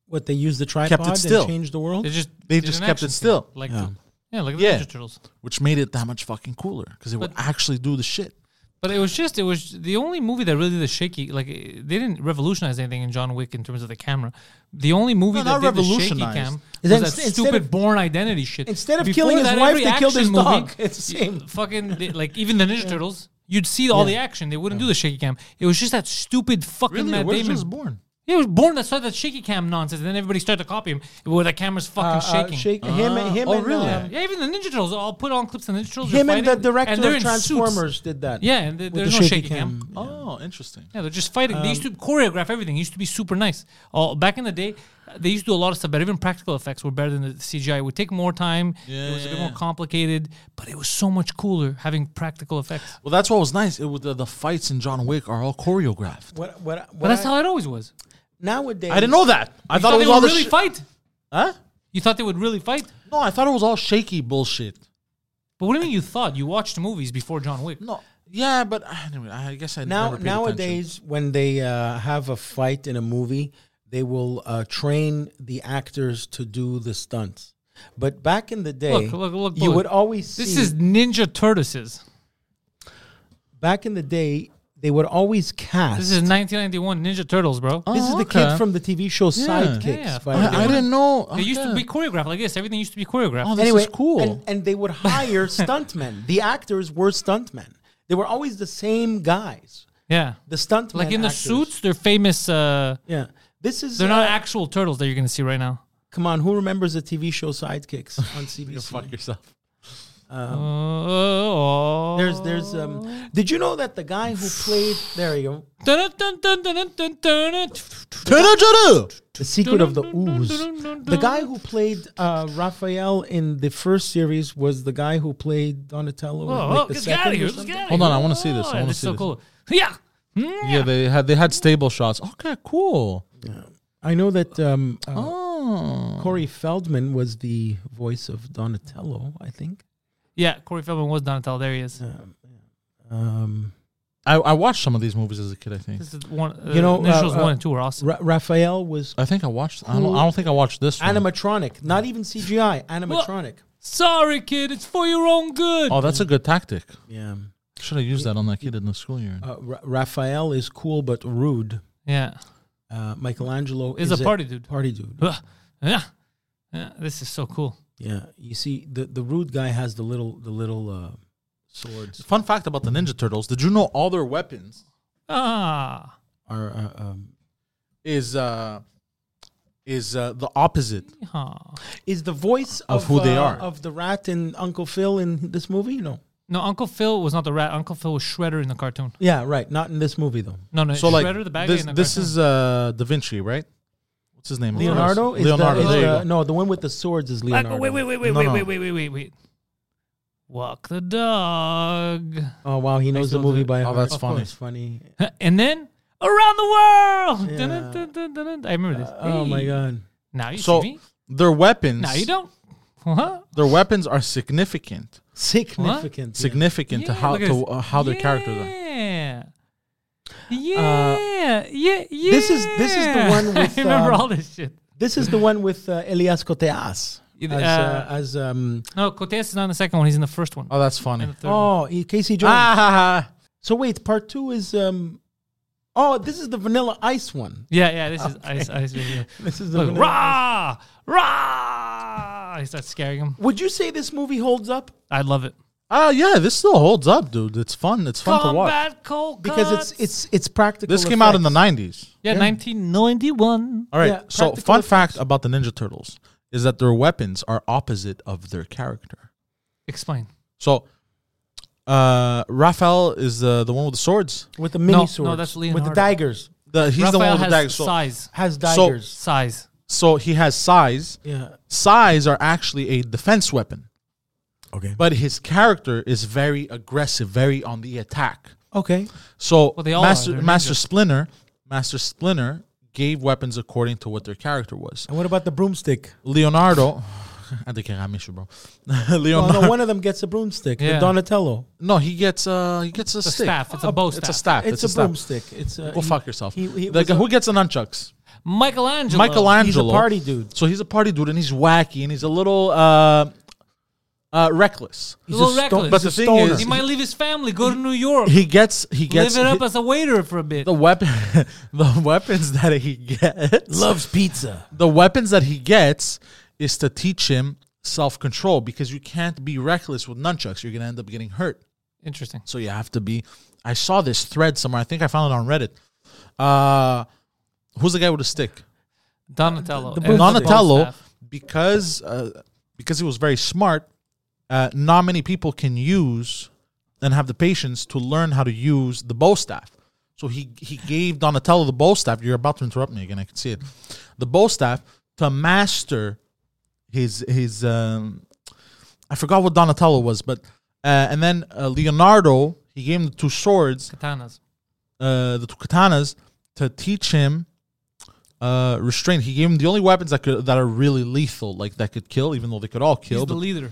B: What they use the tripod
A: still.
B: and changed the world.
C: They just
A: They
C: did
A: just
C: an
A: kept
C: action
A: it
C: scene,
A: still.
C: like yeah, like
A: Yeah.
C: the Ninja Turtles.
A: which made it that much fucking cooler because they would
C: But-
A: actually do the shit.
C: But it was just it was the only movie that really did the shaky. Like eh, they didn't revolutionize anything in John Wick in terms of the camera. The only movie
A: No, not
C: that did the shaky
A: revolutionized.
C: cam
B: Is
C: was
B: that
C: that,
B: inst- instead
C: stupid
B: of-
C: Born Identity shit.
B: Instead of
C: Before
B: killing his
C: that,
B: wife,
C: every
B: they killed
C: action
B: his
C: movie,
B: dog. It's the
C: you-
B: same.
C: Fucking they- like even the Ninja Turtles. You'd see all the action. They wouldn't do the shaky cam. It was just that stupid fucking Matt
A: where's
C: Damon.
A: this born?
C: He was born that started that shaky cam nonsense, and then everybody started to copy him where the camera's
B: Uh,
C: fucking
B: uh,
C: shaking.
B: shake him, him,
A: oh,
B: and,
A: really?
B: um,
C: Yeah, even the Ninja Turtles. I'll put on clips of the Ninja Turtles.
B: him
C: are
B: and the
C: fighting,
B: director
C: they're
B: of
C: in
B: Transformers
C: suits.
B: did that.
C: Yeah, and th-
B: with
C: there's
B: the
C: no
B: shaky
C: shaky cam.
A: Oh, interesting.
C: Yeah, they're just fighting. they used
B: Um,
C: to choreograph everything. It used to be super nice. Oh, back in the day, they used to do a lot of stuff, but even practical effects were better than the CGI. It would take more time. It was a bit more complicated, but it was so much cooler having practical effects.
A: Well, that's what was nice. It was the, the fights in John Wick are all choreographed.
B: What, what,
C: But
B: what
C: that's
B: I-
C: how it always was.
B: nowadays.
A: I didn't know that. I
C: You
A: thought it was
C: they would
A: all the
C: really
A: shi-
C: fight.
A: huh?
C: You thought they would really fight.
A: No, I thought it was all shaky bullshit.
C: But what do you mean you thought? You watched movies before John Wick.
A: No, yeah, but uh, anyway, I guess I
B: Now
A: never paid attention.
B: nowadays, when they uh, have a fight in a movie, they will uh, train the actors to do the stunts. But back in the day,
C: Look, look, look,
B: you
C: Bullet.
B: would always
C: This
B: see-
C: is Ninja Turtles.
B: back in the day they would always cast.
C: This is 1991 Ninja Turtles, bro.
B: This is
A: Ah, Oh,
B: the
A: okay.
B: kid from the TV show Sidekicks.
C: Yeah, of
B: by
C: course.
B: the
A: I, I
B: way.
A: didn't know.
C: They used to
A: okay.
C: be choreographed like this. Everything used to be choreographed.
A: Oh, this
B: anyway,
A: is cool.
B: And, and they would hire stuntmen. The actors were stuntmen. They were always the same guys.
C: yeah.
B: The stuntmen,
C: Like in the
B: actors.
C: suits, they're famous. Uh,
B: Yeah, this is.
C: they're not
B: uh,
C: actual turtles that you're going to see right now.
B: Come on, who remembers the TV show Sidekicks on CBC?
A: yourself.
C: Uh, Oh.
B: There's, there's. Um, did you know that the guy who played? There you go.
C: Dun, dun, dun, dun, dun, dun, dun, dun.
B: The Secret of the Ooze. The guy who played uh, Raphael in the first series was the guy who played Donatello. in,
C: Oh,
B: like,
C: oh,
B: the
C: just get out
B: second
C: of
B: or
C: here. Just
B: something.
C: get out of
A: Hold
C: here.
A: on, I wanna see this, I
C: Oh,
A: wanna
C: this is
A: see
C: so
A: this.
C: cool. Yeah.
A: Yeah, they had they had stable shots. Okay, cool.
B: I know that um, uh,
A: Oh,
B: Corey Feldman was the voice of Donatello, I think.
C: Yeah, Corey Feldman was Donatello. There he is.
B: Um,
A: I, I watched some of these movies as a kid. I think
C: This is one. Uh,
B: You know,
C: Ninja
B: uh,
C: Turtles
B: uh,
C: one and two are awesome.
B: Ra- Raphael was
A: I think I watched. I don't. I don't think I watched this one.
B: animatronic, not even CGI, animatronic.
C: Sorry, kid. It's for your own good.
A: oh, that's a good tactic.
B: Yeah.
A: Should have used that on that kid in the school year.
B: Uh, Ra- Raphael is cool but rude.
C: Yeah.
B: Uh, Michelangelo
C: Is
B: is,
C: a party dude.
B: Party dude.
C: Ugh. Yeah. Yeah. This is so cool.
B: Yeah. You see, the, the rude guy has the little the little uh, swords
A: Fun fact about the Ninja Turtles: Did you know all their weapons
C: Ah.
B: are uh, um,
A: is uh is uh, the opposite?
C: Yeehaw.
B: is the voice of,
A: who they
B: uh,
A: are.
B: of the rat and Uncle Phil in this movie? No.
C: No, Uncle Phil was not the rat. Uncle Phil was Shredder in the cartoon.
B: Yeah, right. Not in this movie though.
C: No, no.
A: So
C: Shredder,
A: like
C: the bad guy
A: this,
C: in the
A: this
C: cartoon.
A: is uh Da Vinci, right? What's his name?
B: Leonardo is
A: Leonardo.
B: The, is
A: there you
B: the-
C: uh,
A: go.
B: no, the one with the swords is
C: Like,
B: Leonardo.
C: wait, wait, wait, wait,
A: No,
C: wait,
A: no.
C: wait, wait, wait, wait, wait. Walk the dog.
B: Oh wow, he knows the
C: still
B: movie
C: do.
B: by
A: Oh,
B: heart.
A: that's
B: Of
A: funny.
B: course, funny.
C: And then around the world.
B: Yeah.
C: Dun, dun, dun, dun, dun. I remember this.
B: Oh my
C: Hey.
B: god.
C: Now you
A: So
C: see me.
A: their weapons.
C: Now you don't. Huh?
A: Their weapons are significant,
B: Significant. yeah.
A: significant to
C: Yeah,
A: how
C: look at
A: to
C: this.
A: uh, how their
C: yeah.
A: characters are. Uh,
C: Yeah, yeah, yeah.
B: this is- this is the one with,
C: I remember
B: um,
C: all this shit.
B: This is the one with uh, Elias Koteas.
C: It-
B: As, uh,
C: uh,
B: as um,
C: No, Cotes is not in the second one. He's in the first one.
A: Oh, that's funny.
C: And the third one.
B: oh, he- Casey Jones.
A: Ah,
B: So wait, part two is um, oh, this is the Vanilla Ice one.
C: Yeah, yeah. This is ice, ice. Yeah.
B: This is the
C: Look,
B: Vanilla
C: rah, rah. He starts scaring him.
B: Would you say this movie holds up
C: I love it.
A: ah, yeah. This still holds up, dude. It's fun. It's fun to watch.
C: Combat Cold
B: because
C: Cuts.
B: it's it's it's practical?
A: This came out in the
B: effects.
A: nineties.
C: yeah, 1991.
A: All right.
B: Yeah,
A: so,
B: practical
A: fun fact about the Ninja Turtles is that their weapons are opposite of their character.
C: Explain.
A: So, uh, Raphael is the the one with the swords.
B: with the mini
C: no,
B: swords.
C: that's
B: with
C: Leonardo.
B: the daggers.
A: The, he's the
C: Raphael
A: one with the
C: has
A: daggers. So,
C: size,
B: Has
A: So-
B: daggers.
C: size.
A: so he has size.
B: yeah.
A: Size are actually a defense weapon,
B: Okay.
A: but his character is very aggressive, very on the attack.
B: Okay.
A: So,
C: Well, they all are.
A: Master
C: They're
A: Master
C: ninjas.
A: Splinter, Master Splinter gave weapons according to what their character was.
B: And what about the broomstick?
A: Leonardo, I think I miss you, bro.
B: Oh,
A: Leonardo,
B: no, one of them gets a broomstick.
C: Yeah.
B: The Donatello.
A: No, he gets a he gets a,
C: a
A: stick.
C: staff. It's a bow
A: It's a
C: staff.
A: staff.
B: It's, a
A: staff.
B: broomstick. It's a
A: Go fuck yourself.
B: he- he
A: The
B: was
A: guy-
B: a-
A: who gets the nunchucks?
C: Michelangelo.
A: Michelangelo.
B: party dude.
A: So he's a party dude, and he's wacky, and he's a little uh, uh, reckless.
B: He's
C: Little
B: a sto-
C: reckless.
A: But
B: he's a
A: the thing
B: stoner.
A: is-
C: He might leave his family, go to New York,
A: He gets he gets
C: live it up
A: he-
C: as a waiter for a bit.
A: the weapon the weapons that he gets
B: loves pizza.
A: the weapons that he gets is to teach him self control because you can't be reckless with nunchucks. You're gonna end up getting hurt.
C: Interesting.
A: So you have to be. I saw this thread somewhere. I think I found it on Reddit. Uh, who's the guy with the stick?
C: Donatello.
B: the
C: and bow
A: Donatello,
C: staff.
A: because uh, because he was very smart, uh, not many people can use and have the patience to learn how to use the bow staff. So he he gave Donatello the bow staff. You're about to interrupt me again. I can see it. The bow staff to master his his. Um, I forgot what Donatello was, but uh, and then uh, Leonardo he gave him the two swords
C: Katanas.
A: uh, the two katanas to teach him uh, restraint. He gave him the only weapons that could that are really lethal, like that could kill, even though they could all kill.
C: He's the
A: but
C: leader.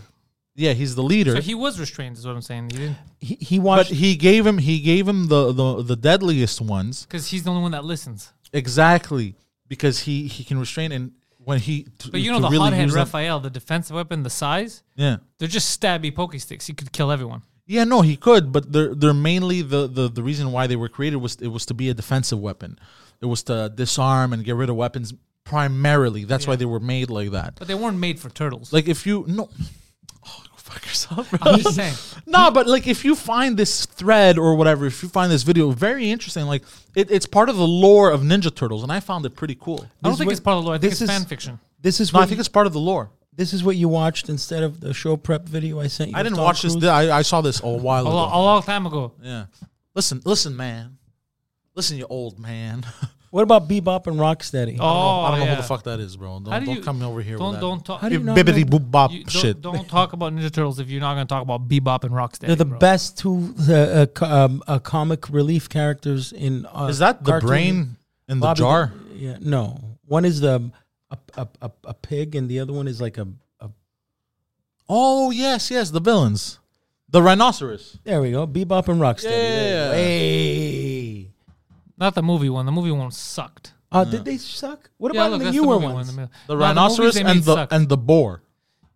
A: yeah, he's the leader.
C: So he was restrained, is what I'm saying. He didn't
B: He, he
A: but
B: watched.
A: he gave him he gave him the, the the deadliest ones
C: because he's the only one that listens.
A: exactly because he he can restrain and when he t-
C: But you
A: to
C: know the
A: really
C: hothead
A: use them-
C: Raphael, the defensive weapon, the size,
A: yeah
C: they're just stabby pokey sticks. He could kill everyone.
A: Yeah, no, he could, but they're they're mainly the, the the reason why they were created was it was to be a defensive weapon. It was to disarm and get rid of weapons primarily. That's why they were made like that.
C: But they weren't made for turtles.
A: Like if you no, oh, go fuck yourself, bro.
C: I'm just saying.
A: No, but like if you find this thread or whatever, if you find this video very interesting, like it, it's part of the lore of Ninja Turtles, and I found it pretty cool.
C: I don't
B: This
C: think
B: wa-
C: it's part of the law. I think
B: this
C: it's
B: is-
C: fan fiction.
B: This is
A: No,
B: what
A: I think it's part of the lore.
B: this is what you watched instead of the show prep video I sent you.
A: I
B: with
A: didn't
B: Tom
A: watch this.
B: Cruise?
A: I, I saw this a while
C: A, lo-
A: ago.
C: a long time ago.
A: Yeah. Listen, listen, man. Listen, you old man.
B: What about Bebop and Rocksteady?
C: Oh,
A: I don't know
C: yeah.
A: who the fuck that is, bro.
C: How
A: Don't,
C: do
A: don't
C: you-
A: come over here.
C: Don't
A: with that.
C: don't talk.
B: How do you not
A: bibbity
B: know?
A: boop bop
C: you- don't,
A: shit.
C: don't talk about Ninja Turtles if you're not going to talk about Bebop and Rocksteady.
B: They're the
C: bro.
B: best two uh, uh, co- um, uh, comic relief characters in. Uh,
A: Is that the
B: cartoon-
A: brain in the
B: Bobby-
A: jar?
B: Yeah, no. One is the a, a, a, a pig, and the other one is like a, a.
A: Oh yes, yes, the villains, the rhinoceros.
B: There we go, Bebop and Rocksteady.
A: Yeah.
B: Hey.
C: Not the movie one. The movie one sucked.
B: Uh, Did they suck? What
C: Yeah,
B: about
C: look,
B: the
C: that's the
B: newer
C: movie
B: ones?
C: One,
A: The
C: the, no, movies
A: rhinoceros
C: they
A: and
C: made
A: the
C: sucked.
A: and the boar.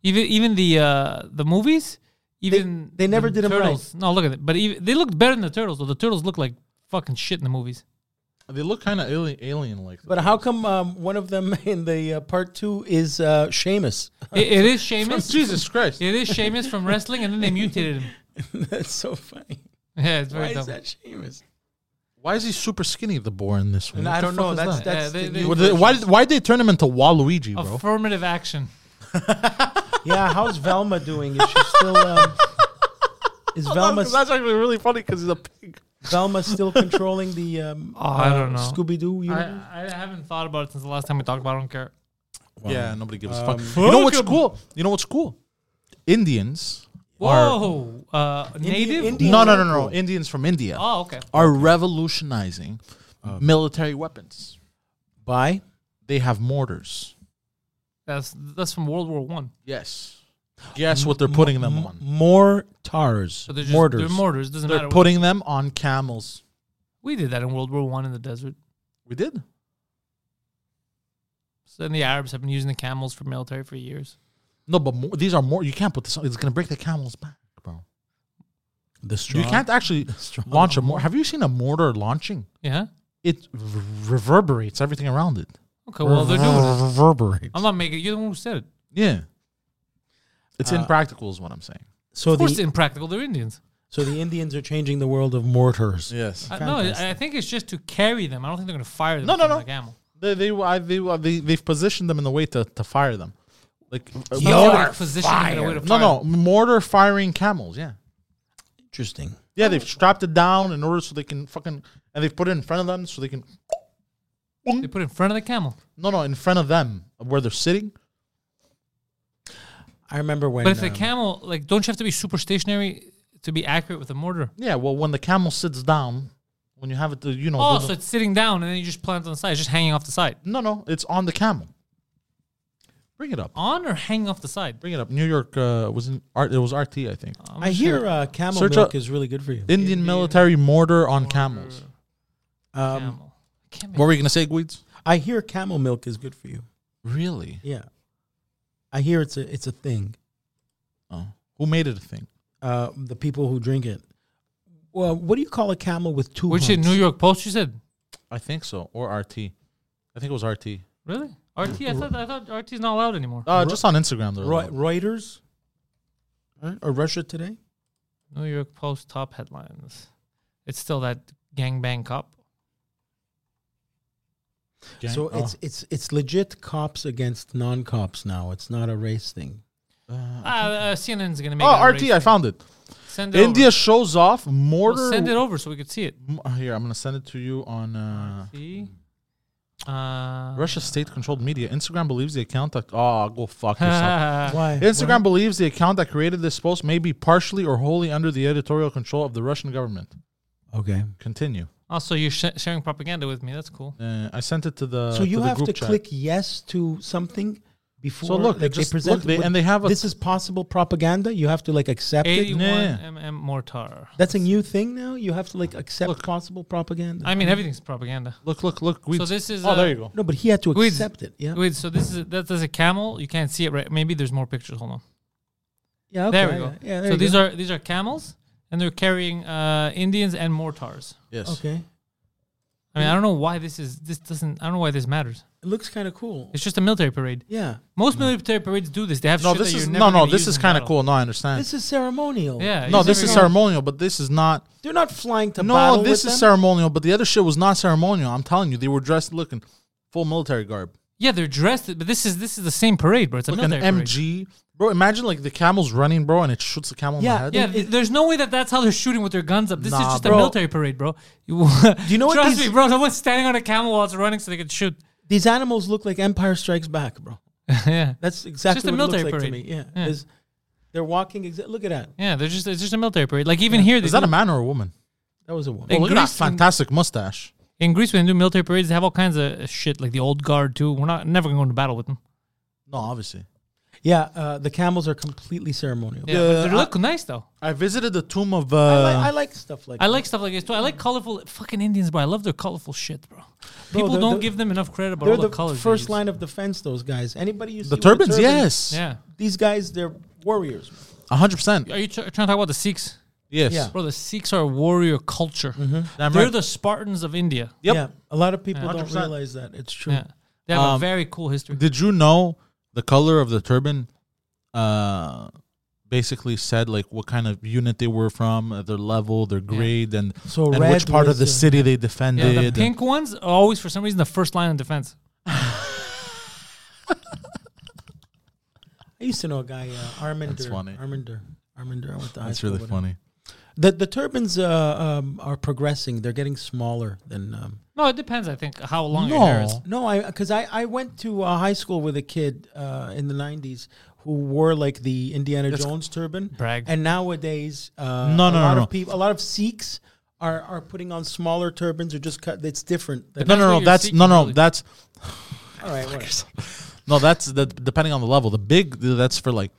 C: even even the uh, the movies. Even
B: they never
C: the
B: did 'em right.
C: turtles. No, look at it. But even, they looked better than the turtles. Though the turtles look like fucking shit in the movies.
A: They look kind of alien, alien like.
B: But how come um, one of them in the uh, part two is uh, Seamus?
C: It- it is Sheamus.
A: Jesus Christ!
C: It is Sheamus from wrestling, and then they mutated him.
B: That's so funny.
C: Yeah, it's very
B: Why is
C: dumb.
B: that Seamus?
A: Why is he super skinny? The boar in this one.
B: And
A: What
B: I
A: the
B: don't
A: fuck
B: know.
A: is that?
B: That's
C: Yeah,
B: that's
C: they-
B: the
C: they-
B: new
A: What the- why did why did they turn him into Waluigi, bro?
C: Affirmative action.
B: Yeah, how's Velma doing? Is she still? Um, is Velma
A: actually really funny because he's a pig.
B: Velma still controlling the? Um,
C: Oh, I don't know.
B: Scooby Doo.
C: I, I haven't thought about it since the last time we talked about. it. I don't care.
A: Yeah, nobody gives a Um, fuck. You know what's cool? You know what's cool? Indians. are-
C: Whoa, uh, native.
B: Indian-
A: No, no, no, no. Indians from India
C: Oh, okay.
A: are revolutionizing military weapons.
B: By
A: They have mortars.
C: That's that's from World War One.
A: Yes. Guess what they're putting them on?
B: more tars,
C: So they're just
B: mortars.
C: They're mortars. Doesn't
A: They're
C: matter.
A: putting them on camels.
C: we did that in World War One in the desert.
A: We did.
C: So then the Arabs have been using the camels for military for years.
A: No, but mo- these are more. You can't put this. on. It's gonna break the camel's back, bro.
B: the straw.
A: You can't actually
B: Strong
A: launch a mortar. Have you seen a mortar launching?
C: Yeah.
A: It re- reverberates everything around it.
C: Okay. Well, they're
A: Uh-huh.
C: doing it.
A: Reverberate.
C: I'm not making. You're the one who said it.
A: Yeah. It's impractical, is what I'm saying.
B: So
C: Of course, it's
B: the
C: impractical. They're Indians.
B: so the Indians are changing the world of mortars. Uh,
A: Yes.
C: I, no, I I think it's just to carry them. I don't think they're going to fire them.
A: No, no,
C: from
A: no.
C: The camel.
A: They they I- they they they've positioned them in a way to, to fire them. Like uh,
C: It's not like positioning in a way to
A: no
C: fire
A: no
C: them.
A: mortar firing camels. Yeah
B: Interesting.
A: yeah they've strapped it down in order so they can fucking and they've put it in front of them so they can
C: They put it in front of the camel.
A: no no in front of them where they're sitting.
B: I remember when.
C: But if the
B: um,
C: camel, like, don't you have to be super stationary to be accurate with a mortar?
A: Yeah well when the camel sits down when you have it to, you know
C: Oh,
A: the-
C: so it's sitting down and then you just plant it on the side. It's just hanging off the side.
A: no no it's on the camel. Bring it up.
C: On or hanging off the side?
A: Bring it up. New York uh, was in art. It was RT I think.
C: I'm
B: I
C: not
B: hear
C: sure.
B: uh, camel
A: Search
B: milk
A: up-
B: is really good for you.
A: Indian military mortar on camels.
B: Um,
C: camel. I can't make-
A: What were you gonna say, Guides?
B: I hear camel milk is good for you.
A: Really?
B: Yeah, I hear it's a it's a thing.
A: Oh, who made it a thing?
B: Uh, the people who drink it. Well, what do you call a camel with two?
C: Which in
B: humps?
C: New York Post you said?
A: I think so, or RT. I think it was RT.
C: Really? RT? I thought I thought RT is not allowed anymore.
A: Uh, just on Instagram, they're
B: Roy-
A: allowed.
B: Reuters Huh? or Russia Today.
C: New York Post top headlines. It's still that gangbang cop.
A: Gang- Oh.
B: So it's it's it's legit cops against non cops now. It's not a race thing.
C: Ah, uh, CNN's gonna make. it
A: oh,
C: a
A: RT,
C: race
A: I
C: thing.
A: found it.
C: Send it
A: India
C: Over.
A: shows off
C: Well,
A: mortar.
C: send it over so we could see it.
A: M- Here, I'm gonna send it to you on. Uh,
C: See.
B: Hmm.
C: Uh,
A: Russia state-controlled media. Instagram believes the account that. Oh, go fuck yourself.
C: Ah,
B: Why?
A: Instagram believes the account that created this post may be partially or wholly under the editorial control of the Russian government.
B: Okay.
A: Continue.
C: also, you're sh- sharing propaganda with me. That's cool.
A: Uh, I sent it to the.
B: So you
A: the
B: have
A: group
B: to
A: chat.
B: click yes to something before.
A: look, they
B: like,
A: just-
B: present
A: look, they-
B: with-
A: and they have a-
B: this is possible propaganda. You have to like accept it.
C: Eighty-one
A: yeah.
C: mm mortar.
B: That's a new thing now. You have to like accept possible propaganda.
C: I mean, everything's propaganda.
A: Look, look, look. Guides.
C: this is,
A: Oh,
C: uh,
A: there you go.
B: no, but he had to
C: Guiz,
B: accept it. Yeah.
C: Wait, so this is a, that, that's a camel. You can't see it right. Maybe there's more pictures. Hold on.
B: Yeah.
C: there
B: okay,
C: we go.
B: Yeah. yeah, there
C: so
B: you
C: these
B: go.
C: are these are camels, and they're carrying uh, Indians and mortars.
A: Yes.
B: Okay.
C: I mean, I don't know why this is. This doesn't. I don't know why this matters.
B: It looks kind of cool.
C: It's just a military parade.
B: Yeah.
C: Most military parades do this. They have
A: No,
C: shit
A: this
C: that
A: is
C: you're
A: no,
C: never
A: no.
C: gonna
A: This
C: use
A: is
C: in
A: kind of
C: battle.
A: cool. No, I understand.
B: This is ceremonial.
C: Yeah.
A: no,
C: you're
A: this
C: never
A: is
C: gonna-
A: ceremonial, but this is not.
B: They're not flying to battle
A: No, this
B: with
A: is
B: them.
A: ceremonial, but the other shit was not ceremonial. I'm telling you, they were dressed looking full military garb,
C: Yeah, they're dressed, but this is this is the same parade, bro. It's a
A: like an
C: military parade.
A: MG, bro. Imagine like the camel's running, bro, and it shoots the camel
B: Yeah,
A: in the
C: Yeah,
A: head.
C: th- there's no way that that's how they're shooting with their guns up. This is
A: Nah,
C: just a
A: bro.
C: military parade, bro. Do
B: you know what
C: Trust
B: these-
C: me, bro. Someone's standing on a camel while it's running so they can shoot.
B: These animals look like Empire Strikes Back, bro.
C: yeah,
B: That's exactly
C: a
B: what it looks
C: military
B: like to me.
C: parade.
B: Yeah.
C: Yeah.
B: There's- They're walking. Exa- look at that.
C: yeah. They're just it's just a military parade. Like even here, they
A: Is that
C: do-
A: a man or a woman?
B: That was a woman.
A: Oh,
C: In
A: look at that
C: Greece, in-
A: fantastic mustache.
C: in Greece when they do military parades, they have all kinds of shit like the old guard too. We're not never gonna go into battle with them.
A: No, obviously.
B: Yeah. Uh, the camels are completely ceremonial.
C: Yeah, but
A: Yeah,
C: they
A: I-
C: look nice though.
A: I visited the tomb of. Uh,
B: I, like, I like stuff like
C: I like stuff like this too. I like colorful fucking Indians, bro. I love their colorful shit, bro. People
B: they're-
C: don't
B: they're-
C: give them enough credit about
B: They're
C: all the,
B: the
C: colors. they
B: first
C: use.
B: line of defense, those guys. Anybody you see
A: the
B: with a
A: turbans,
B: turban,
A: yes,
C: Yeah.
B: These guys, they're warriors.
A: hundred percent,
C: Are you tr- trying to talk about the Sikhs?
A: yes.
B: Yeah.
C: Bro, the Sikhs are a warrior culture.
A: Damn
C: They're
A: Mm-hmm. right.
C: the Spartans of India.
A: Yep.
B: Yeah. A lot of people don't
A: 100%.
B: realize that. It's true.
C: Yeah. They have a
A: Um,
C: very cool history.
A: Did you know the color of the turban uh basically said like what kind of unit they were from, uh, their level, their grade and
B: So
A: and
B: red
A: which part of
B: was
A: the
B: the-
A: city they
C: Yeah,
A: defended.
C: the pink ones are always, for some reason, the first line of defense.
B: I used to know a guy, uh, Arminder.
A: That's funny.
B: Arminder. Arminder. I went to high
A: That's
B: school
A: really
B: with him.
A: funny.
B: The the turbans uh, um, are progressing. They're getting smaller than. Um,
C: No, it depends, I think, how long your hair is.
A: No.
B: no, I because I, I went to uh, high school with a kid uh, in the '90s who wore like the Indiana Jones turban.
C: Brag.
B: And nowadays, uh,
A: No, no,
B: a lot
A: no,
B: of
A: no.
B: people, a lot of Sikhs are are putting on smaller turbans or just cut. It's different. Than,
A: No,
C: what
A: no,
C: you're
A: no. That's
C: seeking,
A: no, no.
C: really.
A: That's
B: all right, whatever.
A: no. That's the depending on the level. The big that's for like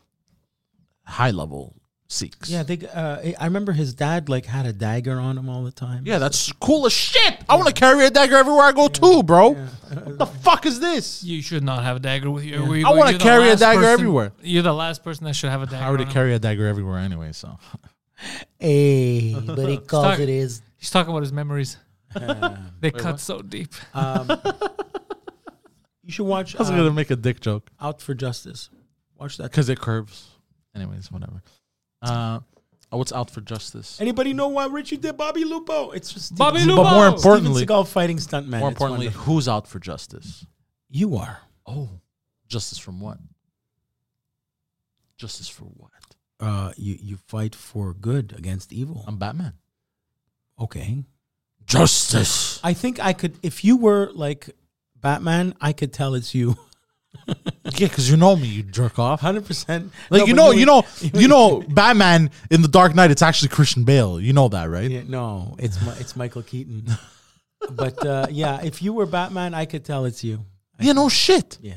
A: high level Sikhs.
B: yeah. They, uh, I- I remember his dad like had a dagger on him all the time.
A: Yeah, that's cool as shit. I want to carry a dagger everywhere I go too, bro. What the fuck is this?
C: You should not have a dagger with you. Were you-
A: I
C: were
A: wanna
C: you the
A: carry a
C: last
A: dagger
C: person-
A: everywhere.
C: You're the last person that should have a dagger.
A: I already
B: Uh-huh.
C: on him.
A: carry a dagger everywhere anyway, so
B: Hey, but he calls
C: Start-
B: it his
C: He's talking about his memories. they cut so deep.
B: Um, You should watch
A: I was
B: um,
A: gonna make a dick joke.
B: Out for Justice. Watch that.
A: because it curves. Anyways, whatever. Uh, oh, what's out for justice?
B: Anybody know why Richie did Bobby Lupo? It's just Steven-
C: Bobby Lupo.
A: But more importantly,
B: Steven Seagal fighting stuntman.
A: more
B: It's
A: importantly,
B: wonderful.
A: who's out for justice?
B: you are.
A: Oh, justice from what? Justice for what?
B: Uh, you you fight for good against evil.
A: I'm Batman.
B: okay.
A: Justice.
B: I think I could. If you were like Batman, I could tell it's you.
A: Yeah, because you know me, you jerk off.
B: Hundred percent.
A: Like you know, you know, you know, Batman in the Dark Knight. It's actually Christian Bale. You know that, right?
B: Yeah, no, it's Mi- it's Michael Keaton. but uh, yeah, if you were Batman, I could tell it's you.
A: You know, shit.
B: Yeah.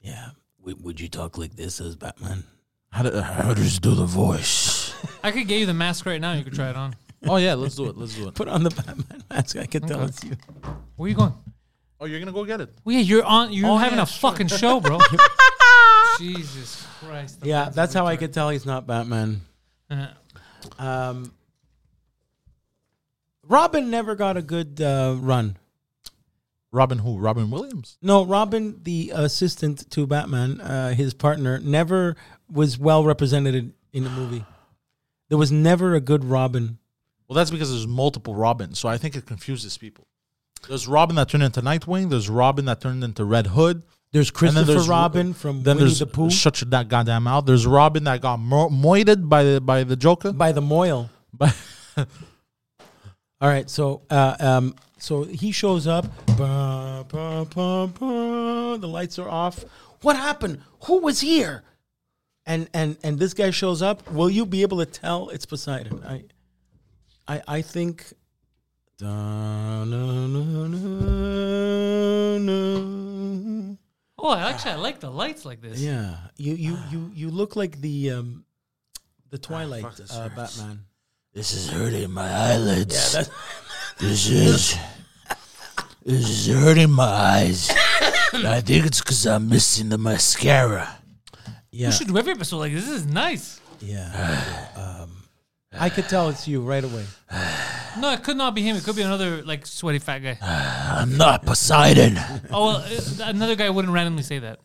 D: Yeah. W- would you talk like this as Batman?
A: How, do, how does do the voice?
C: I could get you the mask right now. You could try it on.
A: oh yeah, let's do it. Let's do it.
B: Put on the Batman mask. I could tell
C: Okay.
B: it's you.
C: Where you going?
A: Oh, you're gonna go get it.
C: Well, yeah, you're on. You're
A: Oh,
C: having
A: yeah,
C: a fucking show, bro. Jesus Christ. the
B: Yeah,
C: man's
B: that's
C: a
B: how I
C: retard.
B: could tell he's not Batman.
C: Uh,
B: Um, Robin never got a good uh, run.
A: Robin who? Robin Williams.
B: No, Robin, the assistant to Batman, uh, his partner, never was well represented in the movie. There was never a good Robin.
A: Well, that's because there's multiple Robins, so I think it confuses people. There's Robin that turned into Nightwing. There's Robin that turned into Red Hood.
B: There's
A: and
B: Christopher
A: there's-
B: Robin from
A: then
B: Winnie
A: there's
B: the Pooh
A: shut your that goddamn mouth. There's Robin that got mo- moited by the by the Joker.
B: by the Moyle.
A: By-
B: All right, so uh, um, so he shows up. Ba, ba, ba, ba. the lights are off. What happened? Who was here? And and and this guy shows up. Will you be able to tell it's Poseidon? I I I think. Da, na, na, na, na.
C: oh, actually, I like the lights like this.
B: Yeah, you you you you look like the um, the Twilight uh, Batman.
D: This is hurting my eyelids. this is. This is hurting my eyes. I think it's because I'm missing the mascara.
C: We should do every episode like this. This is nice.
B: Yeah. um, I could tell it's you right away.
C: No, it could not be him. It could be another like sweaty fat guy.
D: I'm not Ah, Poseidon.
C: Oh, well, uh, another guy wouldn't randomly say that.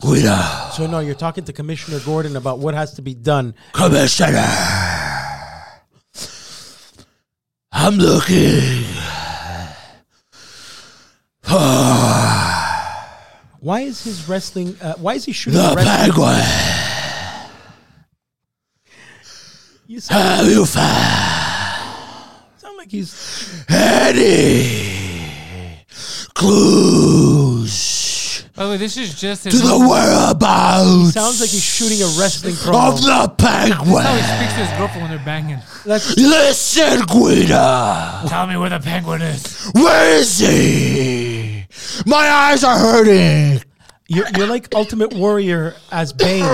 D: Guido,
B: So no, you're talking to Commissioner Gordon about what has to be done.
D: Commissioner. I'm looking.
B: Why is his wrestling? Uh, why is he shooting?
D: The
B: wrestling?
D: penguin.
B: You sound,
D: Have you found
B: sound like he's.
D: any clues
C: By the way, this is just
D: to
C: his,
D: the
C: how
D: whereabouts
B: Sounds like he's shooting a wrestling
D: of
B: promo.
D: the
C: he
D: penguin?
C: speaks to his girlfriend when they're banging.
B: That's
D: Listen, Guida.
C: Tell me where the penguin is.
D: Where is he? My eyes are hurting.
B: you're, you're like Ultimate Warrior as Bane.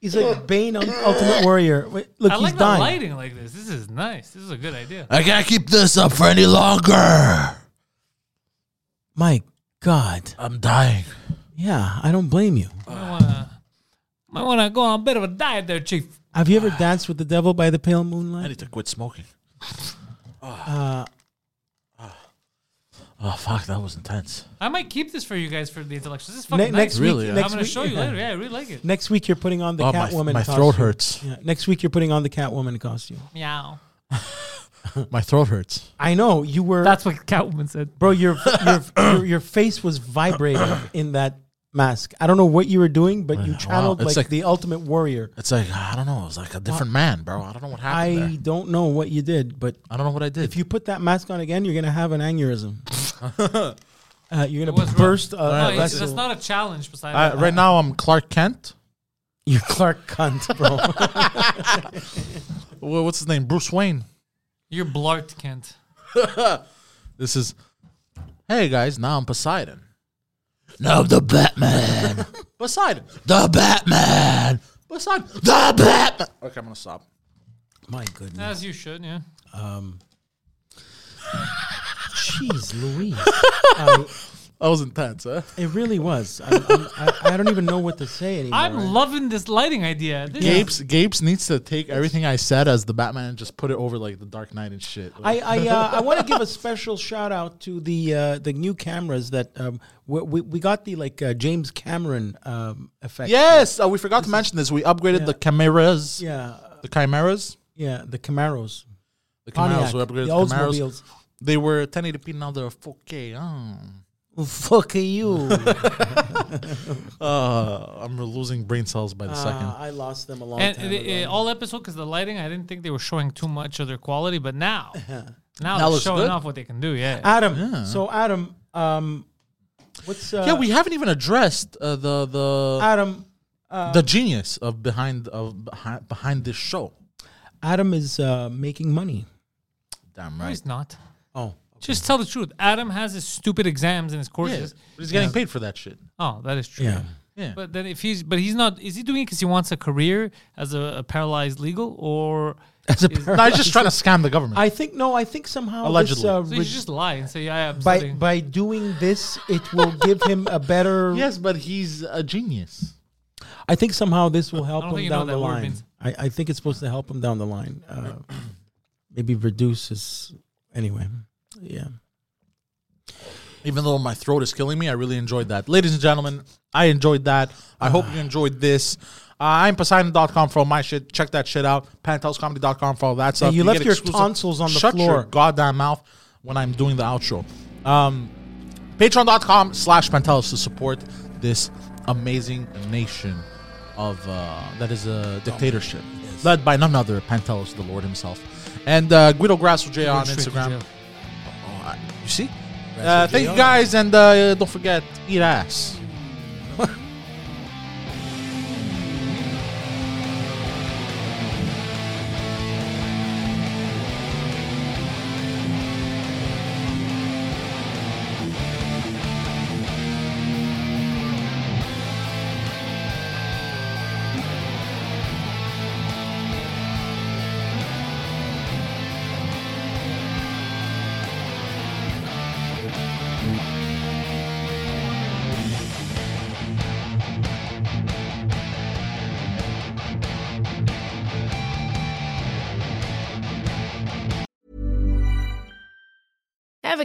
B: He's like Bane on Ultimate Warrior. Wait, look,
C: I
B: Oh, he's
C: like the
B: dying.
C: lighting like this. This is nice. This is a good idea.
D: I can't keep this up for any longer.
B: My God.
D: I'm dying.
B: Yeah, I don't blame you.
C: Might wanna, might wanna go on a bit of a diet there, Chief.
B: Have you ever danced with the devil by the pale moonlight?
D: need to quit smoking.
A: Ah.
B: Uh,
D: Oh fuck, that was intense.
C: I might keep this for you guys for the intellectuals. This is fucking
B: Ne-
C: nice.
B: next week-
A: Really, yeah.
C: I'm
B: next
C: gonna
B: week-
C: show you
B: yeah.
C: later. Yeah, I really like it.
B: Next week you're putting on the
A: Oh, my,
B: Catwoman.
A: my
B: costume.
A: throat hurts.
B: Yeah, next week you're putting on the Catwoman costume.
C: Meow.
A: My throat hurts.
B: I know you were,
C: That's what Catwoman said.
B: bro. Your your, your your face was vibrating in that mask. I don't know what you were doing, but you
A: Wow.
B: channeled
A: It's
B: like,
A: like-
B: the Ultimate Warrior.
A: It's like I don't know. It's like a different man, bro. I don't know what
B: I
A: happened. I, there.
B: don't know what you did, but
A: I don't know what I did.
B: if you put that mask on again, you're gonna have an aneurysm. uh, you're
C: It
B: gonna
C: was rough.
B: burst. Uh,
C: No,
B: a
C: it's-
B: vessel.
C: that's not a challenge. Beside
A: I,
C: that.
A: right now, I'm Clark Kent.
B: you're Clark Cunt, bro.
A: Wha- What's his name? Bruce Wayne.
C: you're blart, Kent.
A: This is. Hey guys, now I'm Poseidon.
D: No, the Batman.
A: Poseidon.
D: the Batman.
A: Poseidon.
D: The Batman.
A: Okay, I'm gonna stop.
B: My goodness,
C: As you should, yeah.
B: jeez, Louise.
A: That was intense, huh?
B: It really was. I'm, I'm, I, I don't even know what to say anymore.
C: I'm loving this lighting idea. This is-
A: Gapes, Gapes needs to take everything I said as the Batman and just put it over like the Dark Knight and shit.
B: I I, uh, I want to give a special shout out to the uh, the new cameras that um, we, we, we got the like uh, James Cameron um, effect.
A: yes, uh, we forgot to mention this. We upgraded the cameras,
B: yeah, uh,
A: the chimeras,
B: yeah. The Camaros,
A: the
B: Pontiac,
A: chimeras. We upgraded
B: the
A: the, chimeras.
B: Oldsmobiles.
A: They were 1080p now they're 4K. Oh.
B: Fuck you! uh,
A: Uh, I'm losing brain cells by the second.
B: Uh, I lost them a long
C: and
B: time
C: it- it-
B: ago.
C: all episode because the lighting, I didn't think they were showing too much of their quality, but now, now
A: That
C: they're
A: looks
C: showing
A: good.
C: off what they can do. Yeah.
B: Adam. So Adam, um, what's uh,
A: yeah, we haven't even addressed uh, the the
B: Adam.
A: the genius of behind of behind, behind this show.
B: Adam is uh, making money.
A: Damn
C: No,
A: right.
C: he's not.
B: Oh,
C: Just tell the truth. Adam has his stupid exams and his
A: Yeah,
C: courses.
A: but he's getting paid for that shit.
C: Oh, that is true.
B: yeah.
A: Yeah.
C: But then if he's but he's not is he doing it because he wants a career as a, a paralyzed legal or
B: As a
A: no, he's just trying to scam the government.
B: I think no. I think somehow This,
A: Allegedly.
B: uh,
C: so you
B: reg-
C: just lie and say yeah I'm
B: by
C: studying."
B: by doing this, it will give him a better.
A: yes, but he's a genius.
B: I think somehow this will
C: I
B: help
C: don't think
B: him
C: you
B: down
C: know what
B: the
C: that word
B: line.
C: means.
B: I, I think it's supposed to help him down the line. Uh, maybe reduce his. Anyway, yeah.
A: Even though my throat is killing me, I really enjoyed that. Ladies and gentlemen, I enjoyed that. I hope you enjoyed this. Uh, I'm Poseidon.com for all my shit. Check that shit out. PanthouseComedy.com for all that stuff.
B: you left
A: get
B: your
A: exclusive-
B: tonsils on the
A: Shut
B: floor.
A: your goddamn mouth when I'm doing the outro. Um, Patreon.com slash Pantelis to support this amazing nation of uh, that is a dictatorship led by none other Pantelis, the Lord himself. And uh, Guido Grasso J on
C: Straight to
A: Instagram.
C: jail.
A: You see? Uh, thank you guys, and uh, don't forget, eat ass.
E: Ever